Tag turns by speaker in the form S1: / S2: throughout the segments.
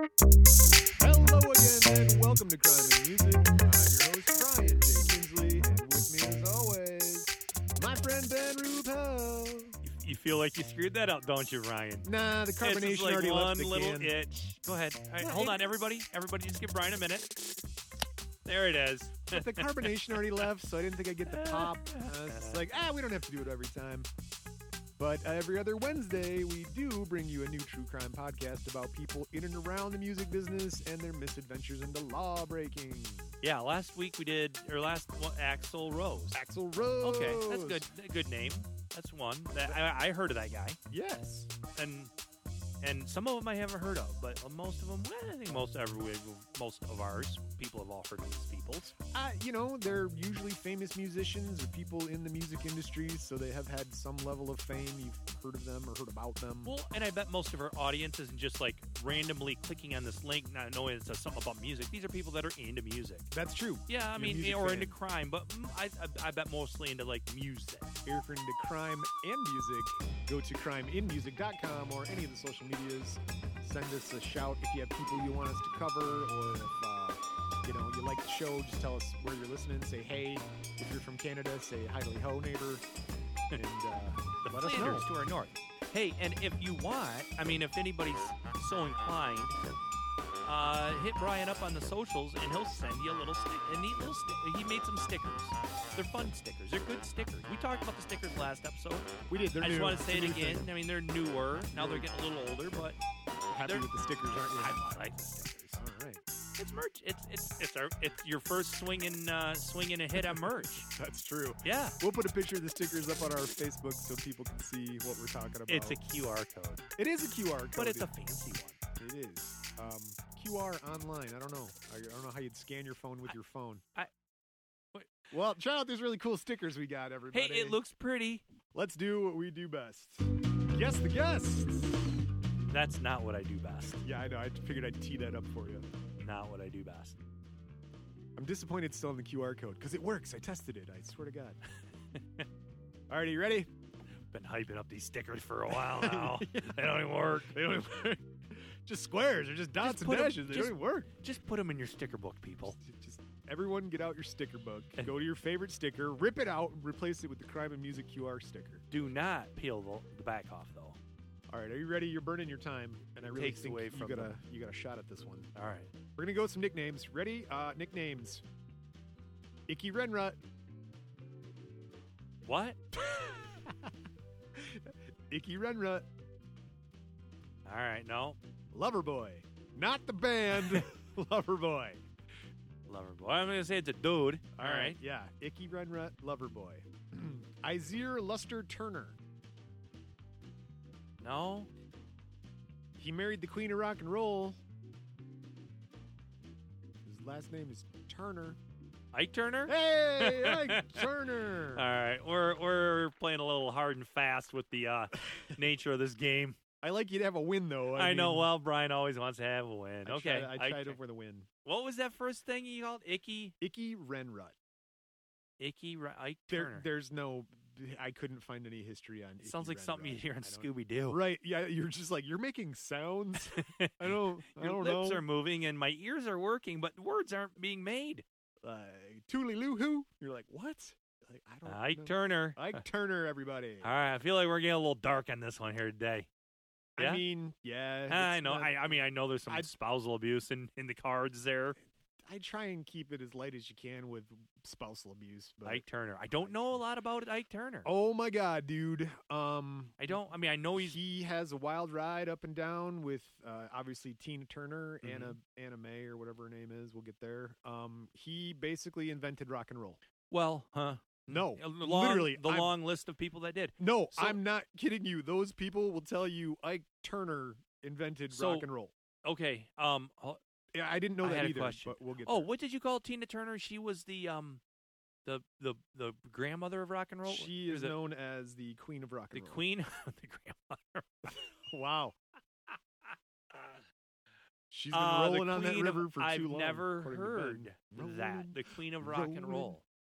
S1: Hello again, and welcome to Crime and Music. I'm your host, Brian J. Kinsley, and with me, as always, my friend Ben Rubel.
S2: You, you feel like you screwed that up, don't you, Ryan?
S1: Nah, the
S2: It's
S1: carbonation
S2: just like
S1: already
S2: one
S1: left the
S2: little
S1: can.
S2: itch. Go ahead. All right,
S1: Yeah,
S2: hold
S1: it-
S2: on, everybody. Everybody, just give Brian a minute. There it is.
S1: But the carbonation already left, so I didn't think I'd get the pop. Uh, it's just like, ah, we don't have to do it every time. But uh, every other Wednesday, we do bring you a new true crime podcast about people in and around the music business and their misadventures into law breaking.
S2: yeah, last week we did, or last one, Axel Rose.
S1: Axel Rose.
S2: Okay, that's good. a Good name. That's one. That, I, I heard of that guy,
S1: Yes.
S2: and and some of them I haven't heard of, but most of them, well, I think most every most of ours, people have all heard of these people.
S1: Uh, you know, they're usually famous musicians or people in the music industry, so they have had some level of fame. You've heard of them or heard about them.
S2: Well, and I bet most of our audience isn't just like randomly clicking on this link, not knowing it says something about music. These are people that are into music.
S1: That's true.
S2: Yeah, I
S1: You're a
S2: mean,
S1: music
S2: or
S1: fan.
S2: into crime, but mm, I, I, I bet mostly into like music.
S1: Here for into crime and music, go to crimeinmusic.com or any of the social medias. Send us a shout if you have people you want us to cover or if uh, you know you like the show. Just tell us where you're listening. Say hey. If you're from Canada, say hi ho neighbor, and uh,
S2: The
S1: let us know.
S2: Flanders to our north. Hey, and if you want, I mean, if anybody's so inclined, uh, hit Brian up on the socials, and he'll send you a little stick, a neat little stick. He made some stickers. They're fun stickers. They're good stickers. We talked about the stickers last episode.
S1: We did. They're
S2: I just
S1: new.
S2: want to
S1: It's a
S2: say it
S1: new thing.
S2: again. I mean, they're newer. Now they're getting a little older, but
S1: Happy
S2: they're-
S1: with the stickers, aren't you?
S2: I like the stickers.
S1: All right.
S2: It's merch. It's it's it's our it's your first swinging uh, swinging a hit on merch.
S1: That's true.
S2: Yeah,
S1: We'll put a picture of the stickers up on our Facebook so people can see what we're talking about.
S2: it's a QR code,
S1: it is a QR code.
S2: but it's a fancy one.
S1: it is um, QR online. I don't know. I, I don't know how you'd scan your phone with your phone.
S2: I- what-
S1: well, try out these really cool stickers we got, everybody.
S2: Hey, it looks pretty.
S1: Let's do what we do best. Guess the guests.
S2: That's not what I do best.
S1: Yeah, I know. I figured I'd tee that up for you.
S2: Not what I do best.
S1: I'm disappointed it's still in the QR code because it works. I tested it. I swear to God. All right, are you ready?
S2: Been hyping up these stickers for a while now. They don't even work. They don't even work.
S1: Just squares or just dots and
S2: put 'em-
S1: dashes. They
S2: just-
S1: don't even work.
S2: Just put them in your sticker book, people.
S1: Just- Just everyone get out your sticker book. Go to your favorite sticker, rip it out, and replace it with the crime and music QR sticker.
S2: Do not peel the, the back off though.
S1: All right, are you ready? You're burning your time, and I
S2: It
S1: really
S2: takes
S1: think
S2: away
S1: you
S2: from
S1: got a
S2: them.
S1: you got a shot at this one.
S2: All right.
S1: We're gonna go with some nicknames. Ready? Uh, nicknames. Icky Renrut,
S2: What?
S1: Icky Renrut,
S2: All right. No,
S1: Loverboy, not the band, Loverboy.
S2: lover boy. I'm gonna say it's a dude. All right.
S1: yeah, Icky Renrut, Loverboy. Izir Luster Turner.
S2: No.
S1: He married the queen of rock and roll. His last name is Turner.
S2: Ike Turner.
S1: Hey, Ike Turner.
S2: All right, we're we're playing a little hard and fast with the uh, nature of this game.
S1: I like you to have a win, though.
S2: I, know.
S1: mean,
S2: Well, Brian always wants to have a win.
S1: I
S2: okay,
S1: tried, I
S2: Ike
S1: tried
S2: Tur-
S1: over the win.
S2: What was that first thing you called? Icky,
S1: Icky Renrut.
S2: Icky, Ri- Ike
S1: There,
S2: Turner.
S1: there's no. I couldn't find any history on.
S2: Sounds
S1: Icky
S2: like something you
S1: Renrut.
S2: hear in
S1: I don't-
S2: Scooby Doo.
S1: Right? Yeah, you're just like you're making sounds. I don't. I don't
S2: Your lips
S1: know.
S2: are moving and my ears are working, but words aren't being made.
S1: uh, Loo Hoo. You're like what? Like I don't.
S2: Ike
S1: know.
S2: Turner.
S1: Ike Turner, everybody.
S2: All right, I feel like we're getting a little dark on this one here today. yeah?
S1: I mean, yeah.
S2: I
S1: it's
S2: know.
S1: not-
S2: I, I mean, I know there's some
S1: I-
S2: spousal abuse in, in the cards there.
S1: I try and keep it as light as you can with spousal abuse. But
S2: Ike Turner. I don't know a lot about Ike Turner.
S1: oh my god, dude. Um,
S2: I don't. I mean, I know Oh, he's
S1: he has a wild ride up and down with uh, obviously Tina Turner,
S2: Mhm.
S1: Anna Anna May, or whatever her name is. We'll get there. Um, he basically invented rock and roll.
S2: Well, huh?
S1: No,
S2: A long-
S1: literally,
S2: the
S1: I'm-
S2: long list of people that did.
S1: No,
S2: So-
S1: I'm not kidding you. Those people will tell you Ike Turner invented
S2: So-
S1: rock and roll.
S2: Okay. Um. oh-
S1: Yeah, I didn't know
S2: I
S1: that
S2: had a
S1: either,
S2: question.
S1: but we'll get
S2: Oh,
S1: there.
S2: what did you call Tina Turner? She was the um, the the the grandmother of rock and roll.
S1: She
S2: Or
S1: is
S2: the,
S1: known as the queen of rock
S2: the
S1: and roll.
S2: queen. of the grandmother.
S1: Wow. She's been
S2: Uh, the
S1: rolling on that
S2: queen of-
S1: river for
S2: I've
S1: too long.
S2: never
S1: according to
S2: heard
S1: Bing.
S2: that.
S1: Rolling,
S2: The queen of rock and
S1: rolling,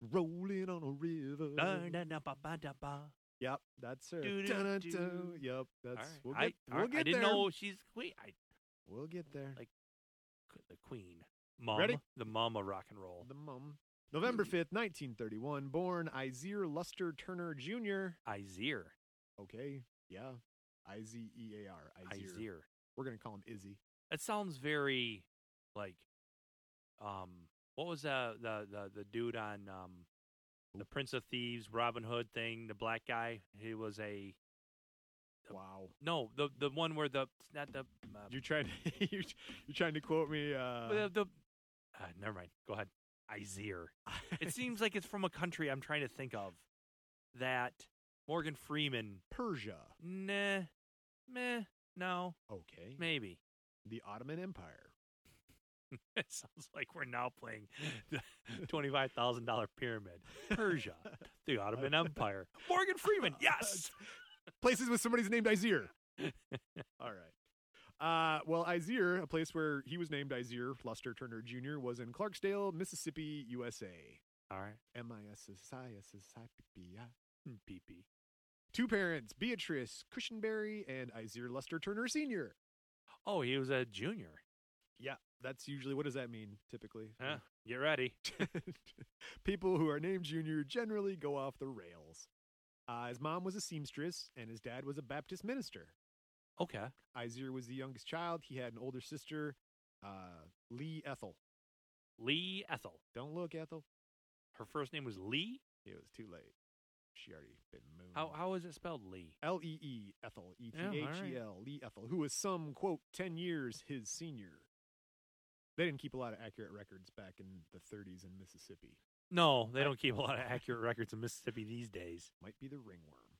S2: roll.
S1: rolling on a river.
S2: Da-da-da-ba-ba-da-ba.
S1: Yep, that's her.
S2: Doo-doo-doo.
S1: Dun-dun-dun. Yep,
S2: All
S1: that's.
S2: right.
S1: We'll get,
S2: I, all
S1: we'll
S2: right,
S1: get
S2: I didn't
S1: there.
S2: know she's queen. I,
S1: We'll get there.
S2: Like- the queen. Mom,
S1: Ready?
S2: The mom of rock and roll.
S1: the mum. November
S2: Mm.
S1: 5th, 1931. Born Izir Luster Turner Jr.
S2: Izir.
S1: Okay, yeah. I Z E A R. Izir.
S2: Izir.
S1: We're going to call him Izzy.
S2: That sounds very like um what was uh the the, the dude on um the Prince of Thieves, Robin Hood thing, the black guy. He was a
S1: Wow.
S2: no, the the one where the not the uh,
S1: You're trying to, you're, you're trying to quote me. Uh,
S2: the, the uh, never mind. Go ahead. Izir. It seems like it's from a country I'm trying to think of that Morgan Freeman.
S1: Persia.
S2: Nah, meh, no,
S1: Okay.
S2: maybe.
S1: The Ottoman Empire.
S2: It sounds like we're now playing the twenty-five thousand dollar pyramid. Persia, the Ottoman Empire. Morgan Freeman, yes.
S1: Places with somebody's named Izir. All right. Uh, well, Izir, a place where he was named Izir Luster Turner Jr., was in Clarksdale, Mississippi, USA.
S2: All right,
S1: M I S S I S S I P P I.
S2: PP.
S1: Two parents, Beatrice Cushenberry and Izir Luster Turner Sr.
S2: Oh, he was a junior.
S1: Yeah, that's usually what does that mean typically?
S2: Huh? Get ready.
S1: People who are named Junior generally go off the rails. Uh, his mom was a seamstress and his dad was a Baptist minister.
S2: Okay.
S1: Izir was the youngest child. He had an older sister, uh, Lee Ethel.
S2: Lee Ethel.
S1: Don't look, Ethel.
S2: Her first name was Lee.
S1: It was too late. She already been mooned.
S2: How how is it spelled Lee?
S1: L E E Ethel E T
S2: Yeah, all
S1: H E
S2: right.
S1: L Lee Ethel, who was some quote ten years his senior. They didn't keep a lot of accurate records back in the 30s in Mississippi.
S2: No, they don't keep a lot of accurate records in Mississippi these days.
S1: Might be the ringworm.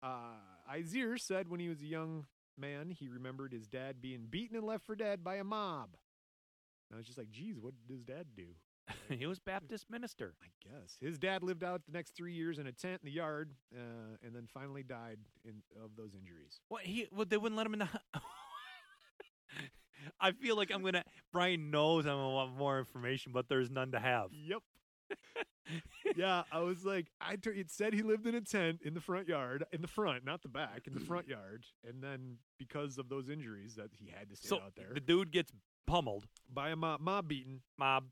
S1: Uh, Izir said when he was a young man, he remembered his dad being beaten and left for dead by a mob. And I was just like, geez, what does dad do?
S2: he was Baptist minister.
S1: I guess his dad lived out the next three years in a tent in the yard, uh, and then finally died in, of those injuries.
S2: What he? What they wouldn't let him in the. hu- I feel like I'm gonna. Brian knows I'm gonna want more information, but there's none to have.
S1: Yep. yeah, I was like, I tur- it said he lived in a tent in the front yard, in the front, not the back, in the front yard, and then because of those injuries that he had to stay
S2: So
S1: out there
S2: the dude gets pummeled,
S1: by a mob, mob beaten.
S2: mob,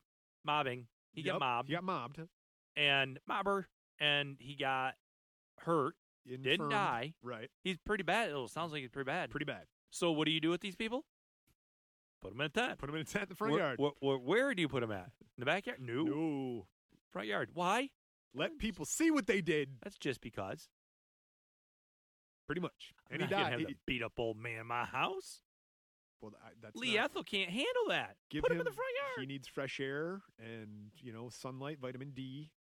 S2: mobbing. He
S1: Yep,
S2: got mobbed
S1: He got mobbed.
S2: and mobber, and he got hurt.
S1: infirmed,
S2: die.
S1: Right.
S2: He's pretty bad. It sounds like he's pretty bad.
S1: Pretty bad.
S2: So what do you do with these people? Put them in a tent.
S1: Put him in a tent in the front
S2: where,
S1: yard.
S2: Where, where, where do you put them at? In the backyard? No.
S1: no.
S2: Front yard. Why?
S1: Let people see what they did.
S2: That's just because.
S1: Pretty much.
S2: I'm
S1: And he
S2: not gonna
S1: died.
S2: have
S1: He-
S2: the beat up old man in my house.
S1: well, I- that's
S2: Lee
S1: not-
S2: Ethel can't handle that.
S1: give
S2: Put him, in the front
S1: He
S2: yard.
S1: needs fresh air and you know sunlight, vitamin D.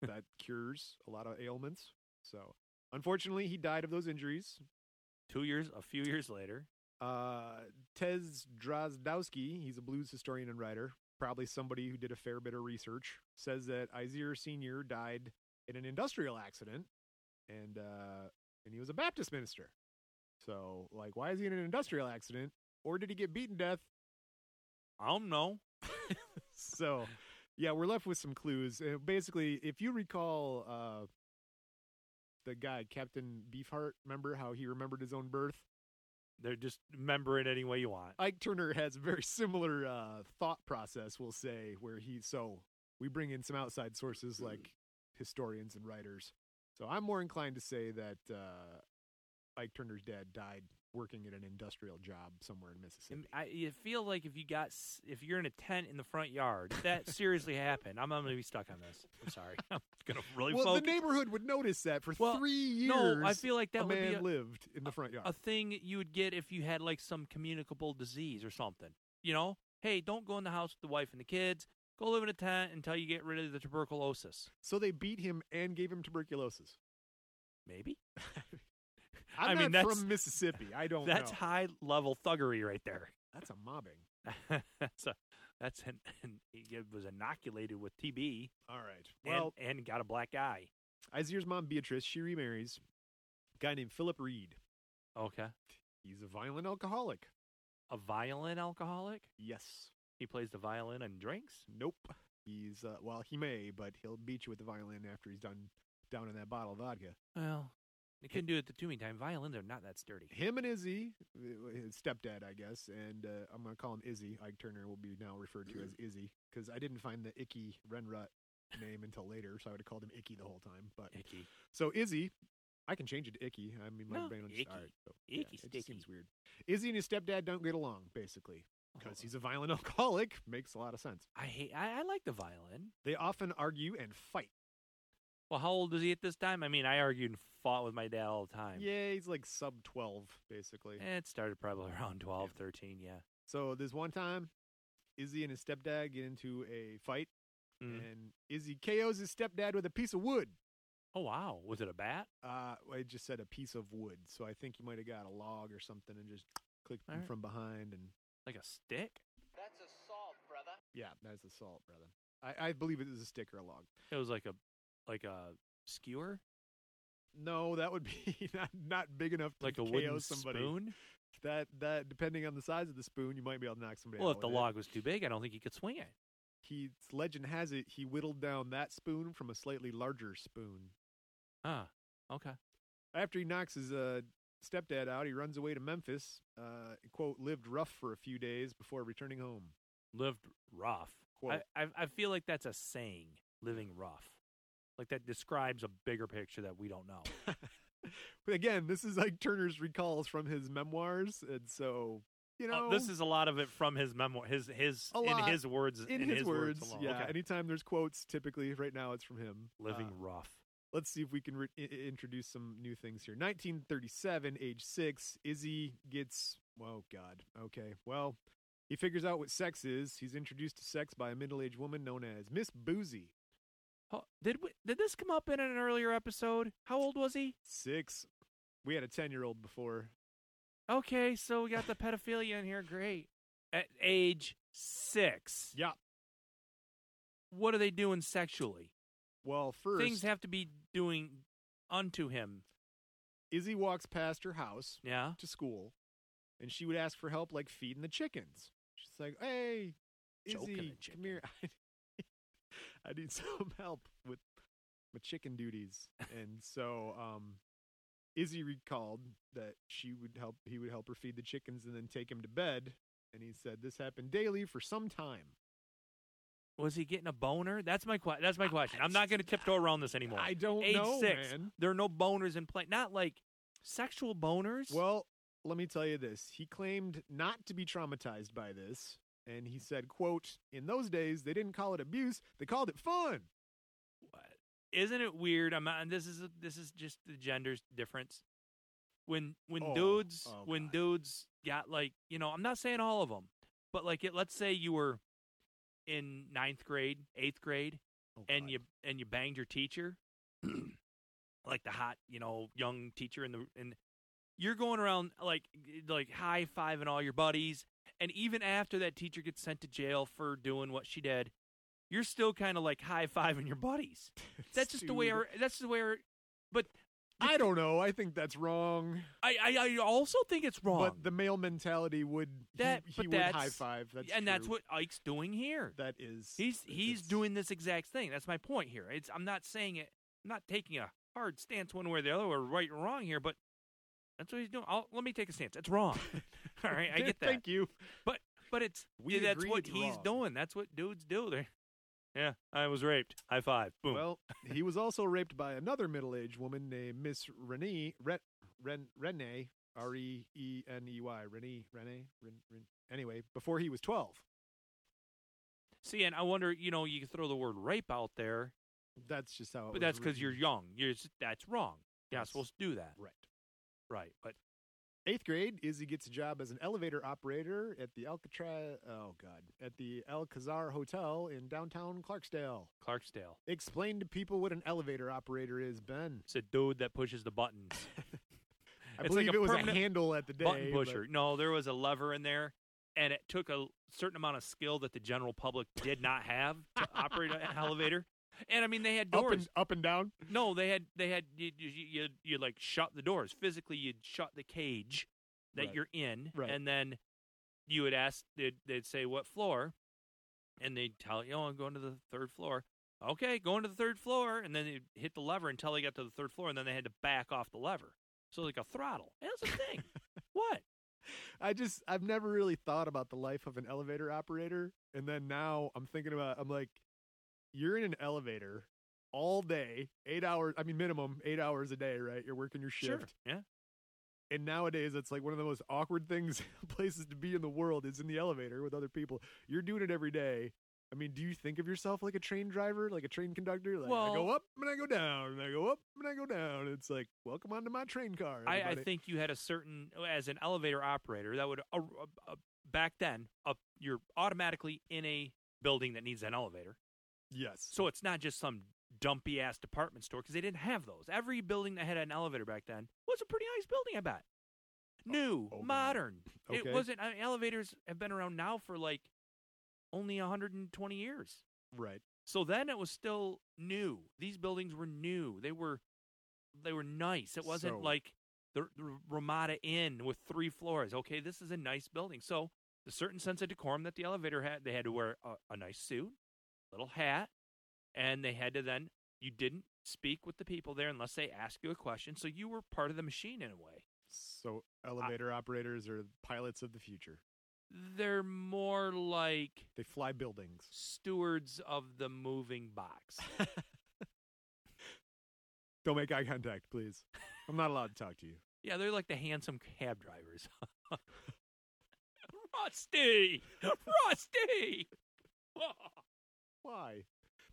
S1: that cures a lot of ailments. So, unfortunately, he died of those injuries.
S2: Two years, a few years later.
S1: Uh, Tez Drozdowski, he's a blues historian and writer, probably somebody who did a fair bit of research, says that Izir Sr. died in an industrial accident, and uh, and he was a Baptist minister. So, like, why is he in an industrial accident? Or did he get beaten to death?
S2: I don't know.
S1: so yeah we're left with some clues Uh, basically if you recall uh the guy captain beefheart remember how he remembered his own birth
S2: They're just remember it any way you want.
S1: ike turner has a very similar uh thought process we'll say where he so we bring in some outside sources
S2: Mm.
S1: like historians and writers so i'm more inclined to say that uh ike turner's dad died working at an industrial job somewhere in mississippi
S2: And I you feel like if you got s- if you're in a tent in the front yard, if that seriously happened. I'm, I'm going to be stuck on this. I'm sorry. I'm gonna really
S1: well, the
S2: focus.
S1: neighborhood would notice that for
S2: Well,
S1: three years.
S2: no, I feel like that
S1: a
S2: would
S1: man
S2: be a,
S1: lived in the front yard.
S2: a thing you would get if you had like some communicable disease or something. You know, hey, don't go in the house with the wife and the kids. Go live in a tent until you get rid of the tuberculosis.
S1: So they beat him and gave him tuberculosis.
S2: Maybe.
S1: I'm
S2: I mean,
S1: not
S2: that's-
S1: from Mississippi. I don't
S2: That's
S1: know.
S2: high level thuggery right there.
S1: That's a mobbing.
S2: that's a that's an, an he was inoculated with TB
S1: All right.
S2: and,
S1: Well,
S2: and got a black eye.
S1: Izir's mom Beatrice, she remarries a guy named Philip Reed.
S2: Okay.
S1: He's a violent alcoholic.
S2: A violin alcoholic?
S1: Yes.
S2: He plays the violin and drinks?
S1: Nope. He's uh, well, he may, but he'll beat you with the violin after he's done down in that bottle of vodka.
S2: Well, they couldn't do it the tombing time. Violins are not that sturdy.
S1: Him and Izzy, uh, his stepdad, I guess, and uh, I'm gonna call him Izzy. Ike Turner will be now referred to as Izzy because I didn't find the Icky Renrut name until later, so I would have called him Icky the whole time. But
S2: Icky.
S1: So Izzy, I can change it to Icky. I mean, my
S2: No,
S1: brain will just
S2: Icky.
S1: alright, so,
S2: Icky
S1: it just seems
S2: sticky.
S1: weird. Izzy and his stepdad don't get along, basically,
S2: Oh.
S1: because he's a violent alcoholic. Makes a lot of sense.
S2: I hate. I, I like the violin.
S1: They often argue and fight.
S2: Well, how old is he at this time? I mean, I argued and fought with my dad all the time.
S1: Yeah, he's like sub twelve, basically.
S2: Eh, It started probably around 12, 13, yeah.
S1: So there's one time, Izzy and his stepdad get into a fight,
S2: Mm.
S1: and Izzy KOs his stepdad with a piece of wood.
S2: Oh, wow. Was it a bat?
S1: Uh, I just said a piece of wood, so I think you might have got a log or something and just clicked him
S2: Alright.
S1: from behind and
S2: Like a stick?
S3: That's assault, brother.
S1: Yeah, that's assault, brother. I, I believe it is a stick or a log.
S2: It was like a like a skewer?
S1: No, that would be not not big enough to
S2: Like a
S1: KO
S2: wooden
S1: somebody.
S2: spoon?
S1: That that depending on the size of the spoon, you might be able to knock somebody
S2: well,
S1: out.
S2: if the
S1: with it.
S2: log was too big, I don't think he could swing it.
S1: He legend has it he whittled down that spoon from a slightly larger spoon.
S2: Huh. Okay.
S1: After he knocks his uh, stepdad out, he runs away to Memphis. Uh, quote lived rough for a few days before returning home.
S2: Lived rough. I,
S1: Quote.
S2: I, I feel like that's a saying, living rough. Like that describes a bigger picture that we don't know. Uh,
S1: But again, this is like Turner's recalls from his memoirs, and so you know
S2: Uh, this is a lot of it from his memoir, his his
S1: A
S2: in
S1: lot.
S2: his words,
S1: in, his, words.
S2: alone.
S1: yeah,
S2: Okay.
S1: anytime there's quotes, typically right now it's from him.
S2: living
S1: Uh,
S2: rough.
S1: let's see if we can re- i- i- introduce some new things here. 1937, age six, Izzy gets. Oh God. Okay. Well, he figures out what sex is. He's introduced to sex by a middle-aged woman known as Miss Boozy.
S2: Oh, did we, did this come up in an earlier episode? How old was he?
S1: Six. We had a ten-year-old before.
S2: Okay, so we got the pedophilia in here. Great. At age six,
S1: Yeah.
S2: what are they doing sexually?
S1: Well, first,
S2: Things have to be doing unto him.
S1: Izzy walks past her house
S2: Yeah.
S1: to school, and she would ask for help, like feeding the chickens. She's like, "Hey,
S2: Choking a
S1: Izzy,
S2: chicken.
S1: come here. I need, I need some help with my chicken duties." and so, um, Izzy recalled that she would help. He would help her feed the chickens and then take him to bed. And he said this happened daily for some time.
S2: Was he getting a boner? That's my que- that's my question. I'm not going to tiptoe around this anymore.
S1: I don't
S2: Age
S1: know,
S2: six.
S1: man.
S2: There are no boners in play. Not like sexual boners.
S1: Well, let me tell you this. He claimed not to be traumatized by this, and he said, "quote In those days, they didn't call it abuse; they called it fun."
S2: isn't it weird? I'm not, and this is this is just the gender's difference. When when
S1: Oh,
S2: dudes
S1: oh
S2: when
S1: God.
S2: dudes got like you know I'm not saying all of them, but like it, let's say you were in ninth grade, eighth grade,
S1: Oh,
S2: and
S1: God.
S2: you and you banged your teacher, like the hot you know young teacher in the and you're going around like like high fiving all your buddies, and even after that teacher gets sent to jail for doing what she did, you're still kind of like high fiving your buddies. That's just the way
S1: Dude.
S2: our. That's the way our. But
S1: I don't know. I think that's wrong.
S2: I, I, I also think it's wrong.
S1: But the male mentality would
S2: That-
S1: he,
S2: but
S1: he would high
S2: that's-
S1: five. That's
S2: and that's
S1: true.
S2: what Ike's doing here.
S1: that is.
S2: He's
S1: it-
S2: he's
S1: it's-
S2: doing this exact thing. That's my point here. It's I'm not saying it. I'm not taking a hard stance one way or the other, or right or wrong here. But that's what he's doing. I'll, let me take a stance. That's wrong. All right, I
S1: Yeah,
S2: get that.
S1: Thank you.
S2: But but it's
S1: We
S2: that's
S1: agree
S2: what
S1: it's
S2: he's
S1: wrong.
S2: doing. That's what dudes do. They're, yeah, I was raped. High five. Boom.
S1: Well, he was also raped by another middle-aged woman named Miss Renee Ren, Ren, Renee R E E N E Y Renee Renee Ren, Ren, Anyway, before he was twelve.
S2: See, and I wonder. You know, you throw the word rape out there,
S1: That's just how. It
S2: but that's
S1: because
S2: because you're young. You're s- that's wrong. You're not
S1: Yes.
S2: supposed to do that.
S1: right.
S2: Right, but
S1: Eighth grade, Izzy gets a job as an elevator operator at the Alcatraz. Oh God, at the Alcazar Hotel in downtown Clarksdale.
S2: Clarksdale.
S1: Explain to people what an elevator operator is, Ben.
S2: It's a dude that pushes the buttons.
S1: I
S2: It's like
S1: believe
S2: a
S1: it was a
S2: permanent
S1: handle at the day.
S2: Button
S1: but-
S2: pusher. No, there was a lever in there, and it took a certain amount of skill that the general public did not have to operate an elevator. And I mean, they had
S1: Up
S2: doors.
S1: and, up and down.
S2: No, they had they had you you, you you like shut the doors physically. You'd shut the cage that
S1: Right.
S2: you're in,
S1: Right.
S2: and then you would ask. They'd, they'd say what floor, and they'd tell you, "Oh, I'm going to the third floor." Okay, going to the third floor, and then they'd hit the lever until they got to the third floor, and then they had to back off the lever. So like a throttle. That's a thing. what?
S1: I just I've never really thought about the life of an elevator operator, and then now I'm thinking about I'm like, you're in an elevator all day, eight hours. I mean, minimum eight hours a day, right? You're working your shift,
S2: Sure. Yeah.
S1: and nowadays it's like one of the most awkward things places to be in the world is in the elevator with other people. You're doing it every day. I mean, do you think of yourself like a train driver, like a train conductor? Like I go
S2: Well-
S1: up and I go down, and I go up and I go down. It's like welcome onto my train car.
S2: I, I
S1: everybody."
S2: think you had a certain oh, as an elevator operator that would uh, uh, back then uh, you're automatically in a building that needs an elevator.
S1: yes.
S2: So it's not just some dumpy ass department store because they didn't have those. Every building that had an elevator back then was a pretty nice building, I bet. New,
S1: oh, God.
S2: modern.
S1: Okay.
S2: It wasn't. I mean, elevators have been around now for like only 120 years.
S1: right.
S2: So then it was still new. These buildings were new. They were they were nice. It wasn't
S1: So-
S2: like the, the Ramada Inn with three floors. Okay, this is a nice building. So the certain sense of decorum that the elevator had, they had to wear a, a nice suit, little hat, and they had to then you didn't speak with the people there unless they asked you a question. So you were part of the machine in a way.
S1: So elevator operators are pilots of the future.
S2: They're more like
S1: They fly buildings.
S2: stewards of the moving box.
S1: Don't make eye contact, please. I'm not allowed to talk to you.
S2: Yeah, they're like the handsome cab drivers. Rusty! Rusty!
S1: Why?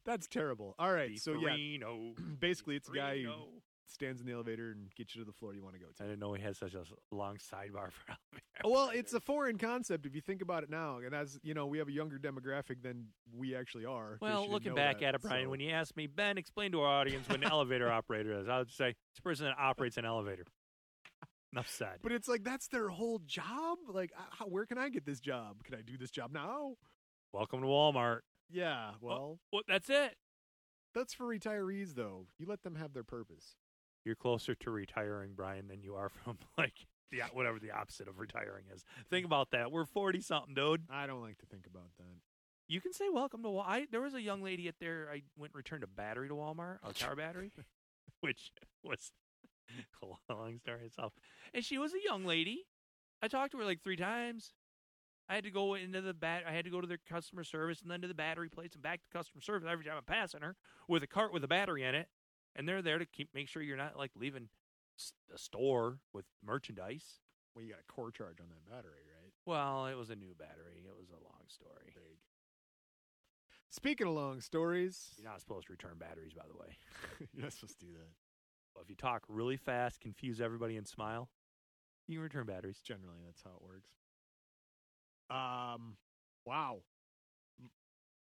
S1: That's terrible. All right. So yeah,
S2: Ferrino.
S1: basically it's a guy who
S2: Ferrino.
S1: stands in the elevator and gets you to the floor you want to go
S2: I
S1: to.
S2: didn't know he had such a s- long sidebar for elevator.
S1: Oh, Well, it's a foreign concept if you think about it now, and as you know, we have a younger demographic than we actually are. They
S2: Well,
S1: should
S2: looking
S1: know
S2: back
S1: that,
S2: at it, Brian,
S1: so-
S2: when you asked me, Ben, explain to our audience what an elevator operator is, I would say it's a person that operates an elevator. Enough said.
S1: But it's like that's their whole job. Like, I- how, where can I get this job? Can I do this job now?
S2: Welcome to Walmart.
S1: Yeah. Well,
S2: Well, that's it.
S1: that's for retirees, though. You let them have their purpose.
S2: You're closer to retiring, Brian, than you are from like the whatever the opposite of retiring is. Think about that. We're forty something, dude.
S1: I don't like to think about that.
S2: You can say welcome to Walmart. I, there was a young lady at there. I went and returned a battery to Walmart, a car battery, which was a long story itself. And she was a young lady. I talked to her like three times. I had to go into the bat. I had to go to their customer service and then to the battery place and back to customer service every time I'm passing her with a cart with a battery in it. And they're there to keep make sure you're not like leaving s- a store with merchandise.
S1: Well, you got a core charge on that battery, right?
S2: Well, it was a new battery. It was a long story.
S1: There you go. Speaking of long stories,
S2: You're not supposed to return batteries, by the way.
S1: you're not supposed to do that.
S2: Well, if you talk really fast, confuse everybody, and smile, you can return batteries.
S1: Generally, that's how it works. Um, wow.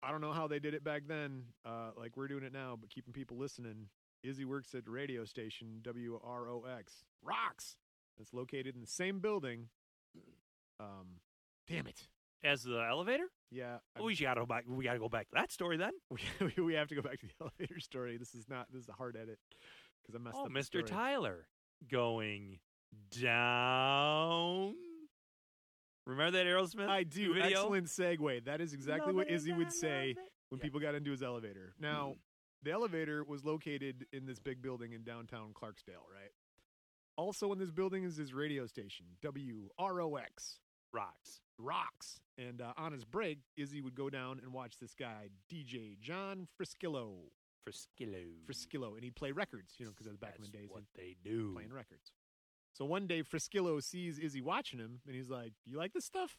S1: I don't know how they did it back then, uh, like we're doing it now, but keeping people listening. Izzy works at radio station WROX. Rocks! That's located in the same building. Um, damn it.
S2: As the elevator,
S1: Yeah. I'm-
S2: we got to go back. We got to go back to that story then.
S1: we, we have to go back to the elevator story. This is not, this is a hard edit because I messed
S2: oh,
S1: up. the
S2: Mr.
S1: story.
S2: Tyler going down. Remember that Aerosmith?
S1: I do.
S2: Video?
S1: Excellent segue. That is exactly what
S2: Nobody
S1: Izzy would
S2: down
S1: say
S2: elevator.
S1: when
S2: Yeah. Mm-hmm.
S1: people got into his elevator. Now, the elevator was located in this big building in downtown Clarksdale, right? Also in this building is his radio station, WROX
S2: rocks.
S1: Rocks. And uh, on his break, Izzy would go down and watch this guy, DJ John Friskillo.
S2: Frisquillo.
S1: Friskillo. And he'd play records, you know, because that was back in
S2: That's
S1: the days.
S2: what
S1: and
S2: they do.
S1: playing records. So one day Friskillo sees Izzy watching him and he's like, You like this stuff?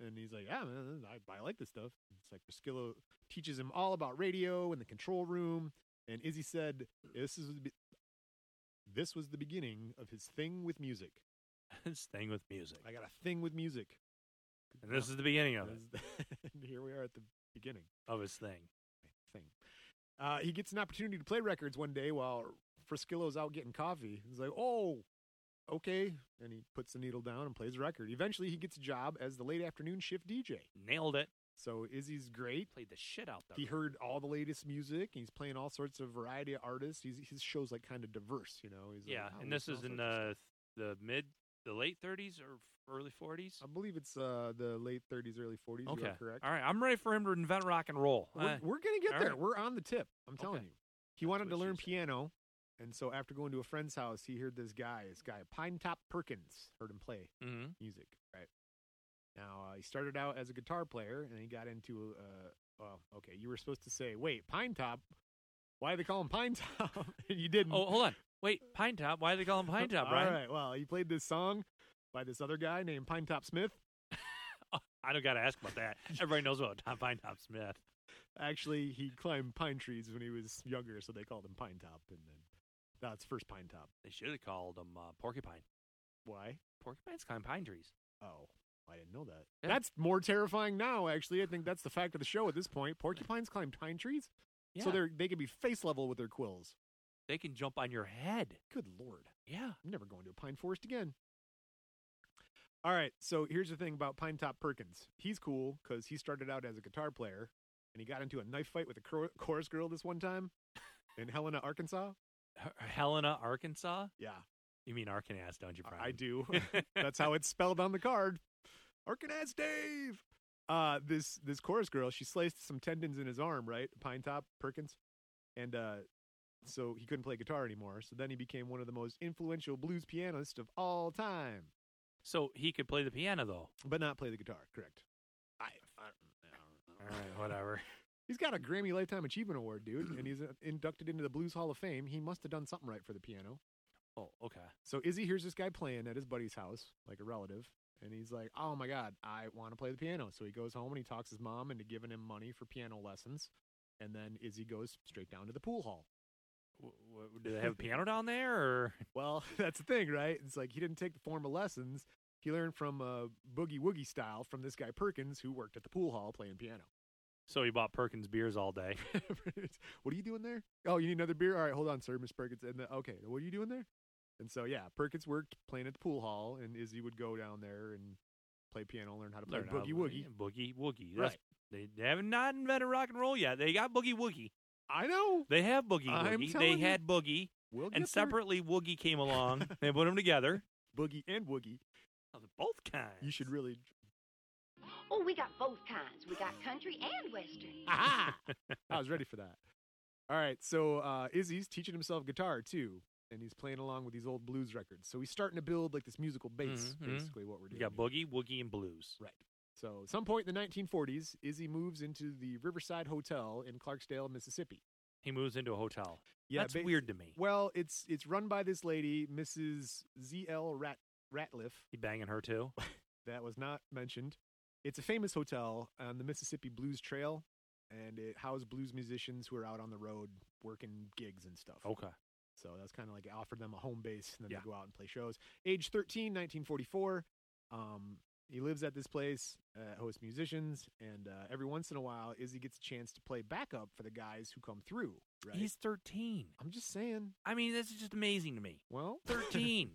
S1: And he's like, Yeah, man, I, I like this stuff. It's like Friskillo teaches him all about radio and the control room. And Izzy said, This is the be- this was the beginning of his thing with music.
S2: this thing with music.
S1: I got a thing with music.
S2: And this is the beginning of it,
S1: And here we are at the beginning.
S2: of his thing.
S1: Thing. Uh, he gets an opportunity to play records one day while Friskillo's out getting coffee. He's like, "Oh, okay," and he puts the needle down and plays a record. Eventually, he gets a job as the late afternoon shift DJ.
S2: Nailed it.
S1: So Izzy's great.
S2: Played the shit out there.
S1: He heard all the latest music. He's playing all sorts of variety of artists. He's, his show's like kind of diverse, you know. He's like,
S2: yeah,
S1: "Wow,
S2: and
S1: we
S2: this
S1: listen
S2: is
S1: to all
S2: in
S1: sorts of stuff."
S2: the the mid, the late 30s or early 40s.
S1: I believe it's uh, the late 30s, early 40s. You
S2: Okay.
S1: are correct.
S2: All right. I'm ready for him to invent rock and roll.
S1: We're,
S2: Uh,
S1: we're gonna get
S2: all
S1: there.
S2: right.
S1: We're on the tip. I'm telling
S2: Okay.
S1: you. He
S2: That's
S1: wanted to
S2: what she
S1: learn
S2: said.
S1: piano, and so after going to a friend's house, he heard this guy, this guy Pine Top Perkins, heard him play
S2: mhm.
S1: music. Right. Now uh, he started out as a guitar player, and he got into. Uh, well, okay, you were supposed to say, "Wait, Pine Top." Why do they call him Pine Top? and you didn't.
S2: Oh, hold on. Wait, Pine Top. Why do they call him Pine Top,
S1: All
S2: Brian?
S1: right. Well, he played this song by this other guy named Pine Top Smith.
S2: I don't got to ask about that. Everybody knows about Tom Pine Top Smith.
S1: Actually, he climbed pine trees when he was younger, so they called him Pine Top, and then that's first Pine Top.
S2: They should have called him uh, Porcupine.
S1: Why?
S2: Porcupines climb pine trees.
S1: Oh, I didn't know that.
S2: Yeah.
S1: That's more terrifying now. Actually, I think that's the fact of the show at this point. Porcupines climb pine trees, so
S2: Yeah.
S1: they're they can be face level with their quills.
S2: They can jump on your head.
S1: Good lord.
S2: Yeah.
S1: I'm never going to a pine forest again. All right, so here's the thing about Pine Top Perkins. He's cool because he started out as a guitar player, and he got into a knife fight with a chor- chorus girl this one time in Helena, Arkansas.
S2: H- uh, Helena, Arkansas.
S1: Yeah,
S2: You mean Arkansas, don't you, Brian?
S1: I do. That's how it's spelled on the card. Arcanaz Dave. Uh, this this chorus girl, she sliced some tendons in his arm, right? Pine Top Perkins, and uh, so he couldn't play guitar anymore. So then he became one of the most influential blues pianists of all time,
S2: So he could play the piano though.
S1: but not play the guitar. Correct. I, I,
S2: All right, whatever.
S1: he's got a Grammy Lifetime Achievement Award, dude, and he's uh, inducted into the Blues Hall of Fame. He must have done something right for the piano.
S2: oh, okay.
S1: So Izzy hears this guy playing at his buddy's house, like a relative, and he's like, "Oh my god, I want to play the piano." So he goes home and he talks his mom into giving him money for piano lessons, and then Izzy goes straight down to the pool hall.
S2: W- w- do they have a piano down there? Or
S1: Well, that's the thing, right? It's like he didn't take the formal lessons. He learned from uh, boogie woogie style from this guy Perkins, who worked at the pool hall playing piano.
S2: so he bought Perkins beers all day.
S1: what are you doing there? Oh, you need another beer? All right, hold on, sir, Miss Perkins. And the, okay, what are you doing there? And so yeah, Perkins worked playing at the pool hall, and Izzy would go down there and play piano, learn how to play
S2: Learn how to
S1: boogie woogie.
S2: Boogie woogie. That's,
S1: Right.
S2: They, they have not invented rock and roll yet. They got boogie woogie.
S1: I know.
S2: They have boogie
S1: I'm
S2: woogie.
S1: telling
S2: They
S1: you.
S2: had boogie,
S1: We'll get
S2: and
S1: there.
S2: separately woogie came along. they put them together.
S1: boogie and woogie.
S2: Oh, they're both kinds.
S1: You should really.
S4: Oh, we got both kinds. We got country and western.
S1: Aha! I was ready for that. All right, so uh, Izzy's teaching himself guitar too, and he's playing along with these old blues records. So he's starting to build like this musical base,
S2: Mhm, mhm.
S1: basically what we're
S2: You
S1: doing.
S2: got
S1: here.
S2: boogie, woogie, and blues.
S1: Right. So, some point in the 1940s, Izzy moves into the Riverside Hotel in Clarksdale, Mississippi.
S2: He moves into a hotel. That's
S1: basi-
S2: weird to me.
S1: Well, it's it's run by this lady, Mrs. Z.L. Rat Ratliff.
S2: He banging her too.
S1: That was not mentioned. It's a famous hotel on the Mississippi Blues Trail, and it housed blues musicians who are out on the road working gigs and stuff.
S2: Okay.
S1: So that's kind of like it offered them a home base, and then
S2: Yeah.
S1: they go out and play shows. Age 13, 1944. Um, he lives at this place, uh, hosts musicians, and uh, every once in a while, Izzy gets a chance to play backup for the guys who come through. Right?
S2: He's 13.
S1: I'm just saying.
S2: I mean, this is just amazing to me.
S1: Well,
S2: 13.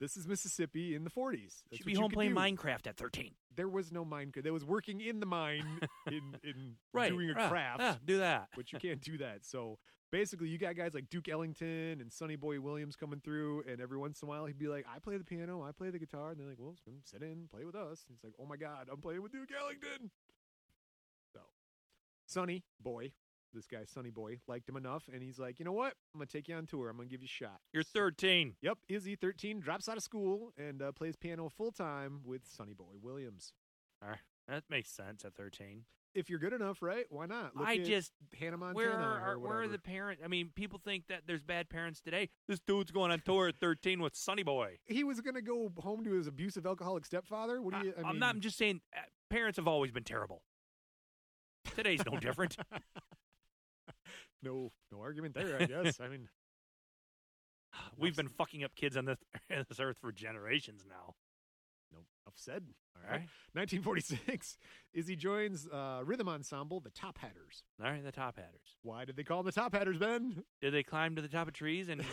S1: this is Mississippi in the 40s. That's
S2: should be
S1: what you
S2: home
S1: could
S2: playing
S1: do.
S2: Minecraft at 13.
S1: There was no mine. There was working in the mine in, in
S2: Right.
S1: doing a
S2: ah,
S1: craft.
S2: ah, do that.
S1: but you can't do that. So basically, you got guys like Duke Ellington and Sonny Boy Williams coming through, and every once in a while he'd be like, "I play the piano, I play the guitar," and they're like, "Well, s- mm, sit in, play with us." And he's like, "Oh my God, I'm playing with Duke Ellington." So Sonny Boy, this guy Sonny Boy, liked him enough, and he's like, "You know what? I'm gonna take you on tour. I'm gonna give you a shot."
S2: You're 13.
S1: Yep, Izzy, 13, drops out of school and uh, plays piano full time with Sonny Boy Williams.
S2: All right. That makes sense at 13.
S1: If you're good enough, right? Why not? Look
S2: I
S1: at
S2: just
S1: Hannah Montana.
S2: where
S1: or
S2: are where are
S1: whatever.
S2: the parents? I mean, people think that there's bad parents today. This dude's going on tour at 13 with Sonny Boy.
S1: he was gonna go home to his abusive alcoholic stepfather. What do you? I,
S2: am
S1: mean,
S2: not. I'm just saying, uh, parents have always been terrible. Today's no different.
S1: no, no argument there. I guess. I mean,
S2: We've been fucking up kids on this, this earth for generations now.
S1: Nope. Enough said.
S2: All right.
S1: 1946, Izzy joins uh, rhythm ensemble, the Top Hatters.
S2: All right, the top hatters.
S1: Why did they call them the Top Hatters, Ben?
S2: Did they climb to the top of trees and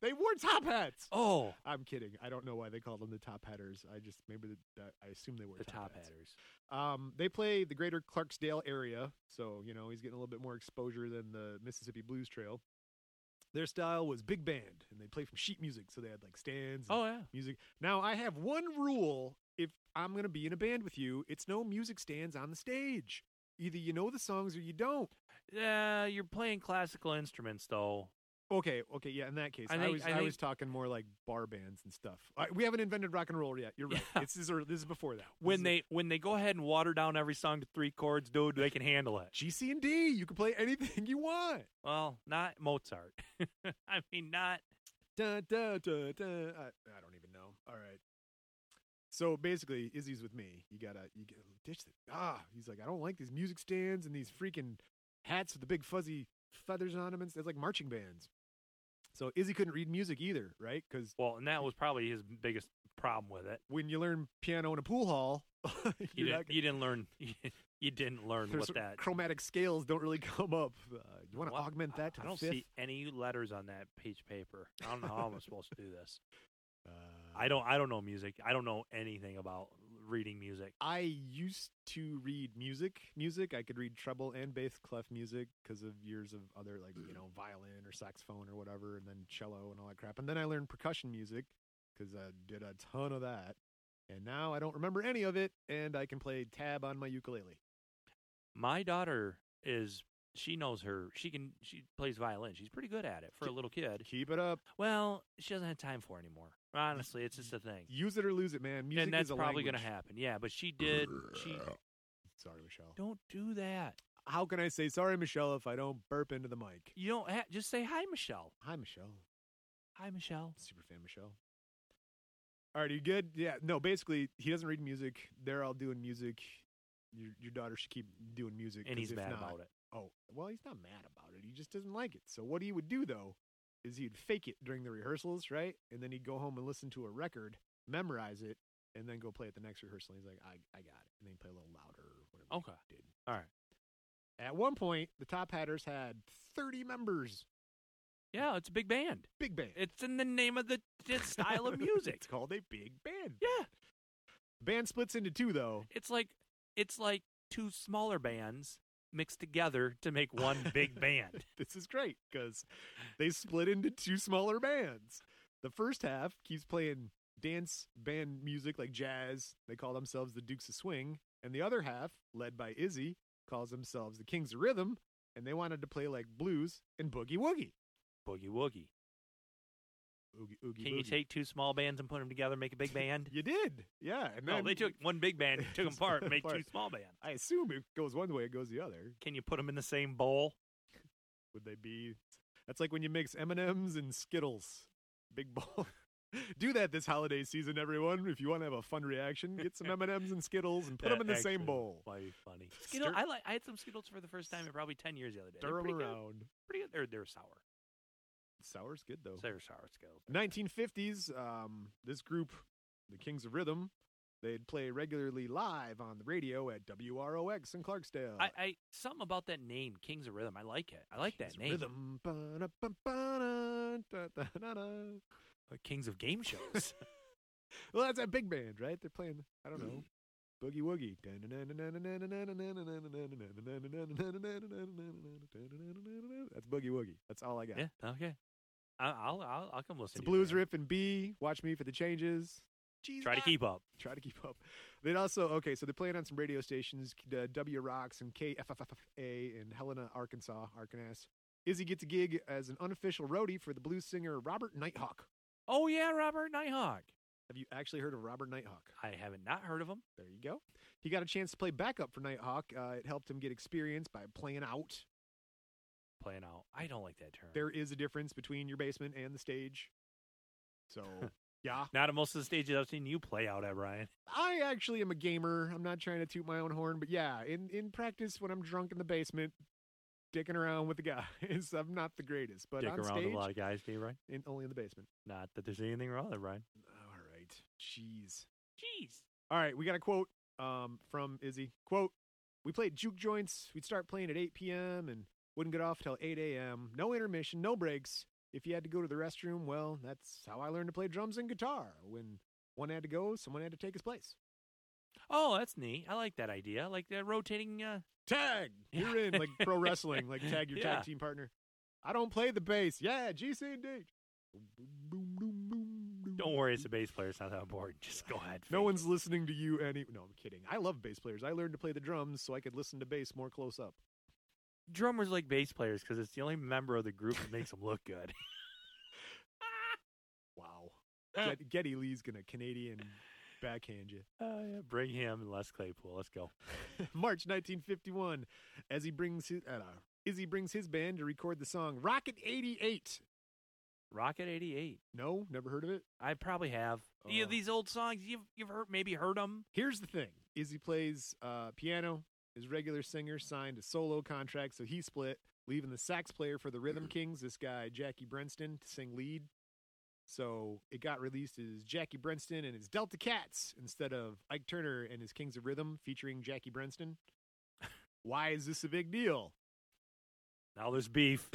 S1: They wore top hats.
S2: oh,
S1: I'm kidding. I don't know why they called them the Top Hatters. I just maybe the, uh, I assume they were
S2: the top
S1: hats.
S2: hatters.
S1: Um, they play the greater Clarksdale area, so you know he's getting a little bit more exposure than the Mississippi Blues Trail. Their style was big band, and they play from sheet music, so they had like stands. and
S2: Oh yeah.
S1: music. Now I have one rule: if I'm gonna be in a band with you, it's no music stands on the stage. Either you know the songs or you don't.
S2: Yeah, you're playing classical instruments though.
S1: Okay, okay, yeah. In that case, I,
S2: I think-
S1: was
S2: I
S1: I,
S2: think-
S1: was talking more like bar bands and stuff. I, we haven't invented rock and roll yet. You're right.
S2: Yeah.
S1: This is or- this is before that. This
S2: When
S1: is-
S2: they when they go ahead and water down every song to three chords, dude, they can handle it.
S1: G, C, and D, you can play anything you want.
S2: Well, not Mozart. I mean, not
S1: Da, da, da, da. I, I don't even know. All right. So basically, Izzy's with me. You gotta, you gotta ditch this. Ah, he's like, I don't like these music stands and these freaking hats with the big fuzzy feathers on them. And it's like marching bands. So Izzy couldn't read music either, right? Because
S2: well, and that was probably his biggest problem with it.
S1: when you learn piano in a pool hall, you're not
S2: You didn't,
S1: gonna-
S2: you didn't learn. You didn't learn
S1: there's
S2: what
S1: sort of
S2: that.
S1: chromatic scales don't really come up. Uh, you want to
S2: what-
S1: augment that to
S2: I
S1: the
S2: don't
S1: fifth?
S2: see any letters on that piece of paper. I don't know how I'm supposed to do this.
S1: uh,
S2: I don't. I don't know music. I don't know anything about reading music.
S1: I used to read music. Music, I could read treble and bass clef music because of years of other, like, you know, violin or saxophone or whatever, and then cello and all that crap. And then I learned percussion music because I did a ton of that. And now I don't remember any of it, and I can play tab on my ukulele.
S2: My daughter is. She knows her. She can. She plays violin. She's pretty good at it for a little kid.
S1: Keep it up.
S2: Well, she doesn't have time for it anymore. Honestly, it's just a thing.
S1: Use it or lose it, man. Music
S2: and that's
S1: is a
S2: probably
S1: going
S2: gonna happen. Yeah, but she did. She
S1: Sorry, Michelle.
S2: don't do that.
S1: How can I say sorry, Michelle, if I don't burp into the mic?
S2: You don't ha- just say hi, Michelle.
S1: Hi, Michelle.
S2: Hi, Michelle.
S1: Super fan Michelle. All right, are you good? Yeah, no, basically, he doesn't read music. They're all doing music. Your, your daughter should keep doing music.
S2: And he's mad about it.
S1: Oh, well, he's not mad about it. He just doesn't like it. So, what he would do, though, is he'd fake it during the rehearsals, right? And then he'd go home and listen to a record, memorize it, and then go play at the next rehearsal. he's like, I, I got it. And then he'd play a little louder or whatever. he
S2: Okay.
S1: Did.
S2: All right.
S1: At one point, the Top Hatters had 30 members.
S2: Yeah, it's a big band.
S1: Big band.
S2: It's in the name of the, the style of music.
S1: it's called a big band.
S2: yeah,
S1: The band splits into two, though.
S2: it's like it's like two smaller bands mixed together to make one big band.
S1: This is great because they split into two smaller bands. The first half keeps playing dance band music like jazz. They call themselves the Dukes of Swing. And the other half, led by Izzy, calls themselves the Kings of Rhythm. And they wanted to play like blues and boogie woogie.
S2: Boogie woogie.
S1: Oogie, oogie,
S2: Can you
S1: boogie.
S2: take two small bands and put them together, and make a big band?
S1: You did, yeah. And
S2: No,
S1: then
S2: they took one big band, took them apart, and made two
S1: Apart.
S2: small bands.
S1: I assume it goes one way, it goes the other.
S2: Can you put them in the same bowl?
S1: Would they be? That's like when you mix M and M's and Skittles, big ball. Do that this holiday season, everyone. If you want to have a fun reaction, get some M and M's and Skittles and put them in the same bowl.
S2: Why funny?
S1: Stir-
S2: Skittle, I like. I had some Skittles for the first time in probably ten years the other day.
S1: Stir
S2: they're
S1: 'em
S2: pretty good.
S1: around.
S2: Pretty good. They're, they're sour.
S1: Sour's good though.
S2: They're sour Skittles.
S1: 1950s. Um, this group, the Kings of Rhythm, they'd play regularly live on the radio at WROX in Clarksdale.
S2: I, I something about that name, Kings of Rhythm. I like it. I like
S1: Kings
S2: that name.
S1: Rhythm. Ba-da-ba-ba-da, da-da-da-da.
S2: Uh, Kings of Game Shows.
S1: Well, that's a big band, right? They're playing, I don't know, Boogie Woogie. That's Boogie Woogie. That's all I got.
S2: yeah. Okay. I, I'll, I'll I'll come
S1: It's a
S2: listen. to you,
S1: blues
S2: man.
S1: riff and B. Watch me for the changes. Jeez,
S2: Try to
S1: I-
S2: keep up.
S1: Try to keep up. They'd also okay, so they're playing on some radio stations, uh, W Rocks and KFFFA in Helena, Arkansas, Arkansas. Izzy gets a gig as an unofficial roadie for the blues singer Robert Nighthawk.
S2: Oh yeah, Robert Nighthawk.
S1: Have you actually heard of Robert Nighthawk?
S2: I haven't not heard of him.
S1: There you go. He got a chance to play backup for Nighthawk. Uh, it helped him get experience by playing out.
S2: Playing out. I don't like that term.
S1: There is a difference between your basement and the stage. So, yeah.
S2: not at most of the stages I've seen you play out at, Ryan.
S1: I actually am a gamer. I'm not trying to toot my own horn, but yeah, in, in practice, when I'm drunk in the basement, dicking around with the guys. I'm not the greatest, but
S5: Dick
S1: on
S5: around with
S1: stage,
S5: a lot of guys, do you, Ryan?
S1: in, only in the basement.
S5: Not that there's anything wrong with it, Ryan.
S1: All right. Jeez.
S2: Jeez.
S1: All right, we got a quote um, from Izzy. Quote, we played juke joints. We'd start playing at 8 p.m. and wouldn't get off till 8 a.m. No intermission, no breaks. If you had to go to the restroom, well, that's how I learned to play drums and guitar. When one had to go, someone had to take his place.
S2: Oh, that's neat. I like that idea. I like the rotating. Uh,
S1: Tag! You're in, like pro wrestling, like tag your
S2: Yeah.
S1: tag team partner. I don't play the bass. Yeah, G, C, and D. Boom, boom, boom, boom, boom,
S5: Don't worry, it's a
S1: boom.
S5: bass player. It's not that important. Just go ahead.
S1: No
S5: fake
S1: one's listening to you any. No, I'm kidding. I love bass players. I learned to play the drums so I could listen to bass more close up.
S5: it. drummers like bass players because it's the only member of the group that makes them look good.
S1: Wow. Get, Getty Lee's gonna Canadian backhand you.
S5: Uh, yeah, bring him and Les Claypool. Let's go.
S1: March 1951, as he brings his uh, Izzy brings his band to record the song Rocket 88.
S2: Rocket '88.
S1: No, never heard of it.
S2: I probably have. yeah,
S1: Oh.
S2: these old songs. You've you've heard maybe heard them.
S1: Here's the thing: Izzy plays uh, piano. His regular singer signed a solo contract, so he split, leaving the sax player for the Rhythm Kings, this guy Jackie Brenston, to sing lead. So it got released as Jackie Brenston and his Delta Cats instead of Ike Turner and his Kings of Rhythm featuring Jackie Brenston. Why is this a big deal?
S5: Now there's beef.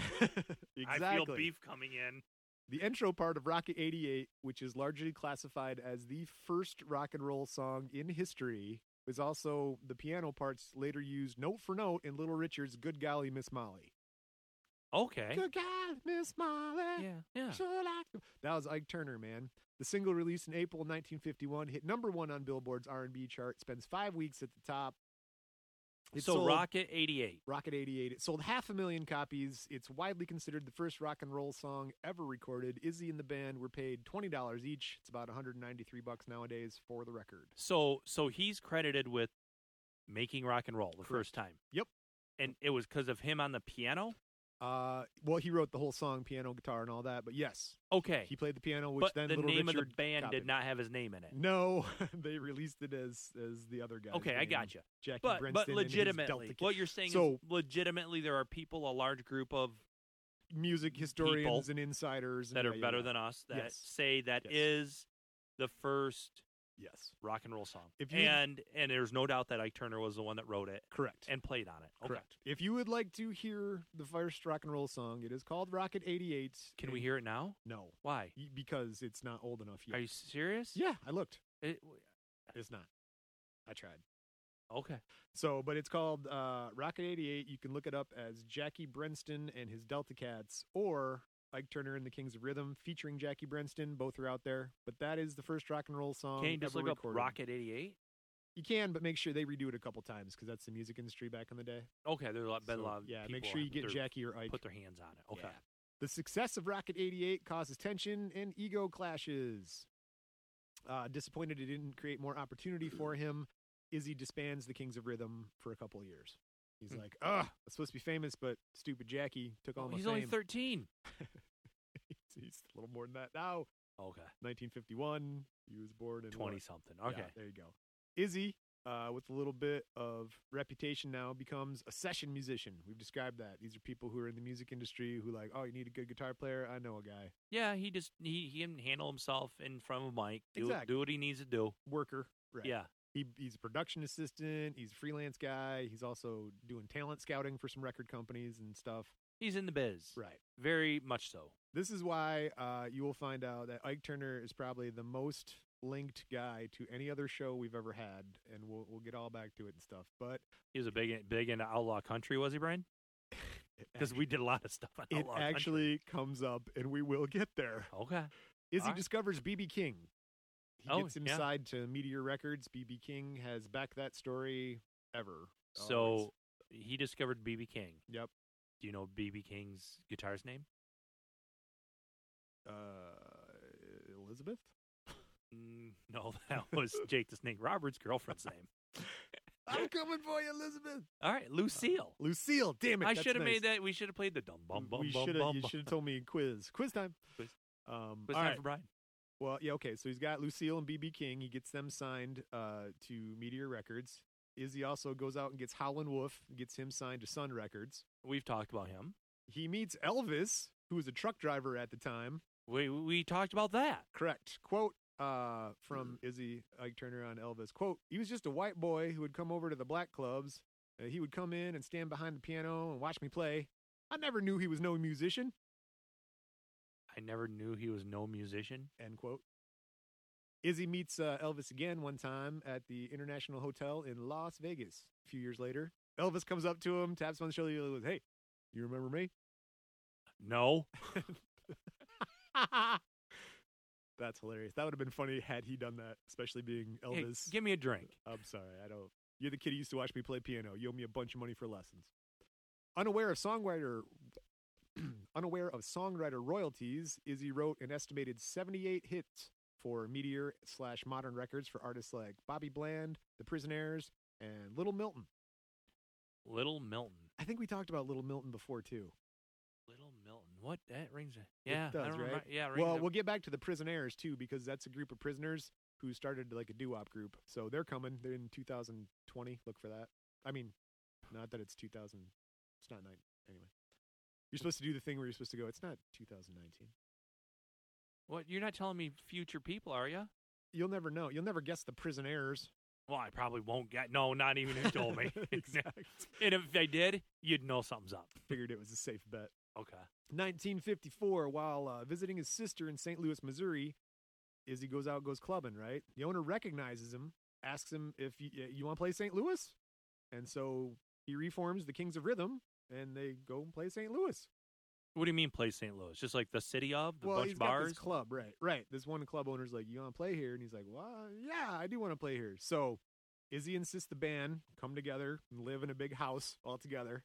S1: exactly.
S2: I feel beef coming in.
S1: The intro part of Rocket 88, which is largely classified as the first rock and roll song in history, was also the piano parts later used note for note in Little Richard's Good Golly Miss Molly.
S2: Okay.
S1: Good golly, Miss Molly.
S2: Yeah. Yeah.
S1: sure like to-" That was Ike Turner, man. The single released in April 1951 hit number one on Billboard's R&B chart. Spends five weeks at the top. It
S2: so
S1: sold-
S2: Rocket '88.
S1: Rocket 88. It sold half a million copies. It's widely considered the first rock and roll song ever recorded. Izzy and the band were paid $20 each. It's about 193 bucks nowadays for the record.
S2: So so he's credited with making rock and roll the first time.
S1: Yep.
S2: And it was because of him on the piano.
S1: Uh, well, he wrote the whole song, piano, guitar, and all that, but yes,
S2: Okay.
S1: he played the piano, which
S2: but
S1: then
S2: the
S1: Little
S2: name
S1: Richard
S2: of the band
S1: copied.
S2: did not have his name in it.
S1: No, they released it as as the other guy.
S2: Okay, I gotcha.
S1: Jackie
S2: But
S1: Brenston and his
S2: but
S1: Delta
S2: legitimately,
S1: Kid.
S2: what you're saying
S1: So-
S2: is legitimately there are people, a large group of
S1: music historians and insiders
S2: that
S1: and
S2: are
S1: yeah, yeah,
S2: better
S1: yeah.
S2: than us that
S1: Yes.
S2: say that
S1: Yes.
S2: is the first
S1: yes,
S2: rock and roll song.
S1: If you-
S2: and and there's no doubt that Ike Turner was the one that wrote it
S1: correct.
S2: and played on it. Okay.
S1: Correct. If you would like to hear the first rock and roll song, it is called Rocket 88.
S2: Can
S1: and-
S2: we hear it now?
S1: No,
S2: Why?
S1: y- because it's not old enough yet.
S2: Are you serious?
S1: yeah, I looked.
S2: It-
S1: It's not. I tried.
S2: okay.
S1: So, but it's called uh, Rocket 88. You can look it up as Jackie Brenston and his Delta Cats or Ike Turner and the Kings of Rhythm featuring Jackie Brenston. Both are out there. But that is the first rock and roll song.
S2: Can you just
S1: ever
S2: look
S1: recorded.
S2: up Rocket '88?
S1: You can, but make sure they redo it a couple times because that's the music industry back in the day.
S2: Okay, there's a lot, been
S1: So,
S2: a lot of
S1: yeah,
S2: people
S1: make sure
S2: that
S1: you get
S2: their-
S1: Jackie or Ike.
S2: put their hands on it. Okay.
S1: Yeah. The success of Rocket 88 causes tension and ego clashes. Uh, disappointed it didn't create more opportunity for him, Izzy disbands the Kings of Rhythm for a couple years. He's
S2: Hmm.
S1: like, ugh, I was supposed to be famous, but stupid Jackie took all
S2: Well,
S1: my
S2: he's
S1: fame.
S2: only 13.
S1: he's a little more than that now.
S2: Okay.
S1: 1951, he was born in what?
S2: 20 something.
S1: Yeah,
S2: Okay.
S1: there you go. Izzy, uh, with a little bit of reputation now, becomes a session musician. We've described that. These are people who are in the music industry who like, oh, you need a good guitar player. I know a guy.
S2: Yeah, he just he, he can handle himself in front of a mic. Do,
S1: Exactly.
S2: do what he needs to do.
S1: worker. Right.
S2: Yeah.
S1: He, he's a production assistant. He's a freelance guy. He's also doing talent scouting for some record companies and stuff.
S2: He's in the biz.
S1: Right.
S2: Very much so.
S1: This is why uh, you will find out that Ike Turner is probably the most linked guy to any other show we've ever had, and we'll we'll get all back to it and stuff. But
S2: He was a big big into outlaw country, was he, Brian?
S1: it
S2: Because
S1: act-
S2: we did a lot of stuff on
S1: it
S2: outlaw country.
S1: actually comes up, and we will get there.
S2: Okay.
S1: Izzy
S2: All right.
S1: discovers BB King. He
S2: Oh,
S1: gets
S2: yeah.
S1: inside to Meteor Records. BB King has backed that story ever. Oh, Always.
S2: So he discovered BB King.
S1: Yep.
S2: Do you know BB King's guitarist name?
S1: uh, Elizabeth.
S2: Mm, no, that was Jake the Snake Roberts' girlfriend's name.
S1: I'm coming for you, Elizabeth.
S2: All right, Lucille.
S1: Uh, Lucille, damn it!
S2: I
S1: that's
S2: should have
S1: nice.
S2: made that. We should have played the dum bum bum
S1: we
S2: bum
S1: shoulda-
S2: bum.
S1: You
S2: bum.
S1: should have told me quiz. Quiz time.
S2: Quiz.
S1: Um,
S2: But
S1: all
S2: it's time
S1: right.
S2: for Brian.
S1: Well, yeah, okay. So he's got Lucille and BB King. He gets them signed uh, to Meteor Records. Izzy also goes out and gets Howlin' Wolf, gets him signed to Sun Records.
S2: We've talked about him.
S1: He meets Elvis, who was a truck driver at the time.
S2: We we talked about that.
S1: Correct. Quote uh, from Izzy Ike Turner on Elvis. Quote, he was just a white boy who would come over to the black clubs. Uh, he would come in and stand behind the piano and watch me play. I never knew he was no musician.
S2: I never knew he was no musician.
S1: End quote. Izzy meets uh, Elvis again one time at the International Hotel in Las Vegas a few years later. Elvis comes up to him, taps him on the shoulder, and goes, Hey, you remember me?
S2: No.
S1: That's hilarious. That would have been funny had he done that, especially being
S2: Hey,
S1: Elvis.
S2: give me a drink.
S1: I'm sorry, I don't. You're the kid who used to watch me play piano. You owe me a bunch of money for lessons. Unaware of songwriter, unaware of songwriter royalties, Izzy wrote an estimated 78 hits for Meteor slash Modern Records for artists like Bobby Bland, The Prisoners, and Little Milton.
S2: Little Milton.
S1: I think we talked about Little Milton before too.
S2: Little Milton. What that rings? A,
S1: It
S2: yeah, I
S1: does,
S2: don't
S1: right?
S2: remember- Yeah, it rings
S1: Well,
S2: a-
S1: we'll get back to the Prisoners too because that's a group of prisoners who started like a doo-wop group. So they're coming. They're in 2020. Look for that. I mean, not that it's 2000. It's not nine anyway. You're supposed to do the thing where you're supposed to go. It's not 2019.
S2: what you're not telling me future people, are you?
S1: You'll never know. You'll never guess the Prisoners.
S2: Well, I probably won't get. No, not even who told me.
S1: exactly.
S2: and if I did, you'd know something's up.
S1: Figured it was a safe bet.
S2: Okay.
S1: 1954, while uh, visiting his sister in St. Louis, Missouri, Izzy goes out, goes clubbing, right? The owner recognizes him, asks him if you, you want to play St. Louis. And so he reforms the Kings of Rhythm and they go and play St. Louis.
S2: What do you mean, play St. Louis? Just like the city of the
S1: well,
S2: bunch
S1: he's got
S2: bars?
S1: this club, right? Right. This one club owner's like, You want to play here? And he's like, Well, yeah, I do want to play here. So Izzy insists the band come together and live in a big house all together.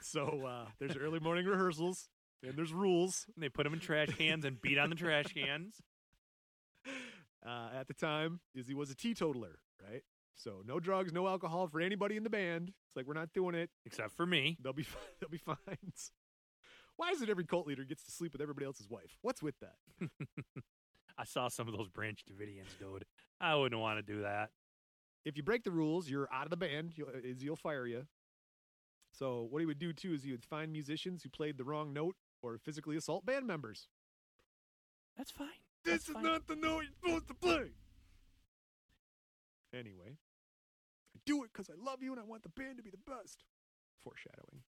S1: So uh, there's early morning rehearsals and there's rules.
S2: And they put them in trash cans and beat on the trash cans.
S1: uh, at the time, Izzy was a teetotaler, right? So no drugs, no alcohol for anybody in the band. It's like we're not doing it.
S2: Except for me.
S1: They'll be fine. They'll be fines. Why is it every cult leader gets to sleep with everybody else's wife? What's with that?
S2: I saw some of those Branch Davidians, dude. I wouldn't want to do that.
S1: If you break the rules, you're out of the band. You'll, uh, Izzy will fire you. So what he would do too is he would find musicians who played the wrong note or physically assault band members.
S2: That's fine.
S1: This
S2: That's
S1: is
S2: fine.
S1: not the note you're supposed to play. Anyway, I do it because I love you and I want the band to be the best. Foreshadowing.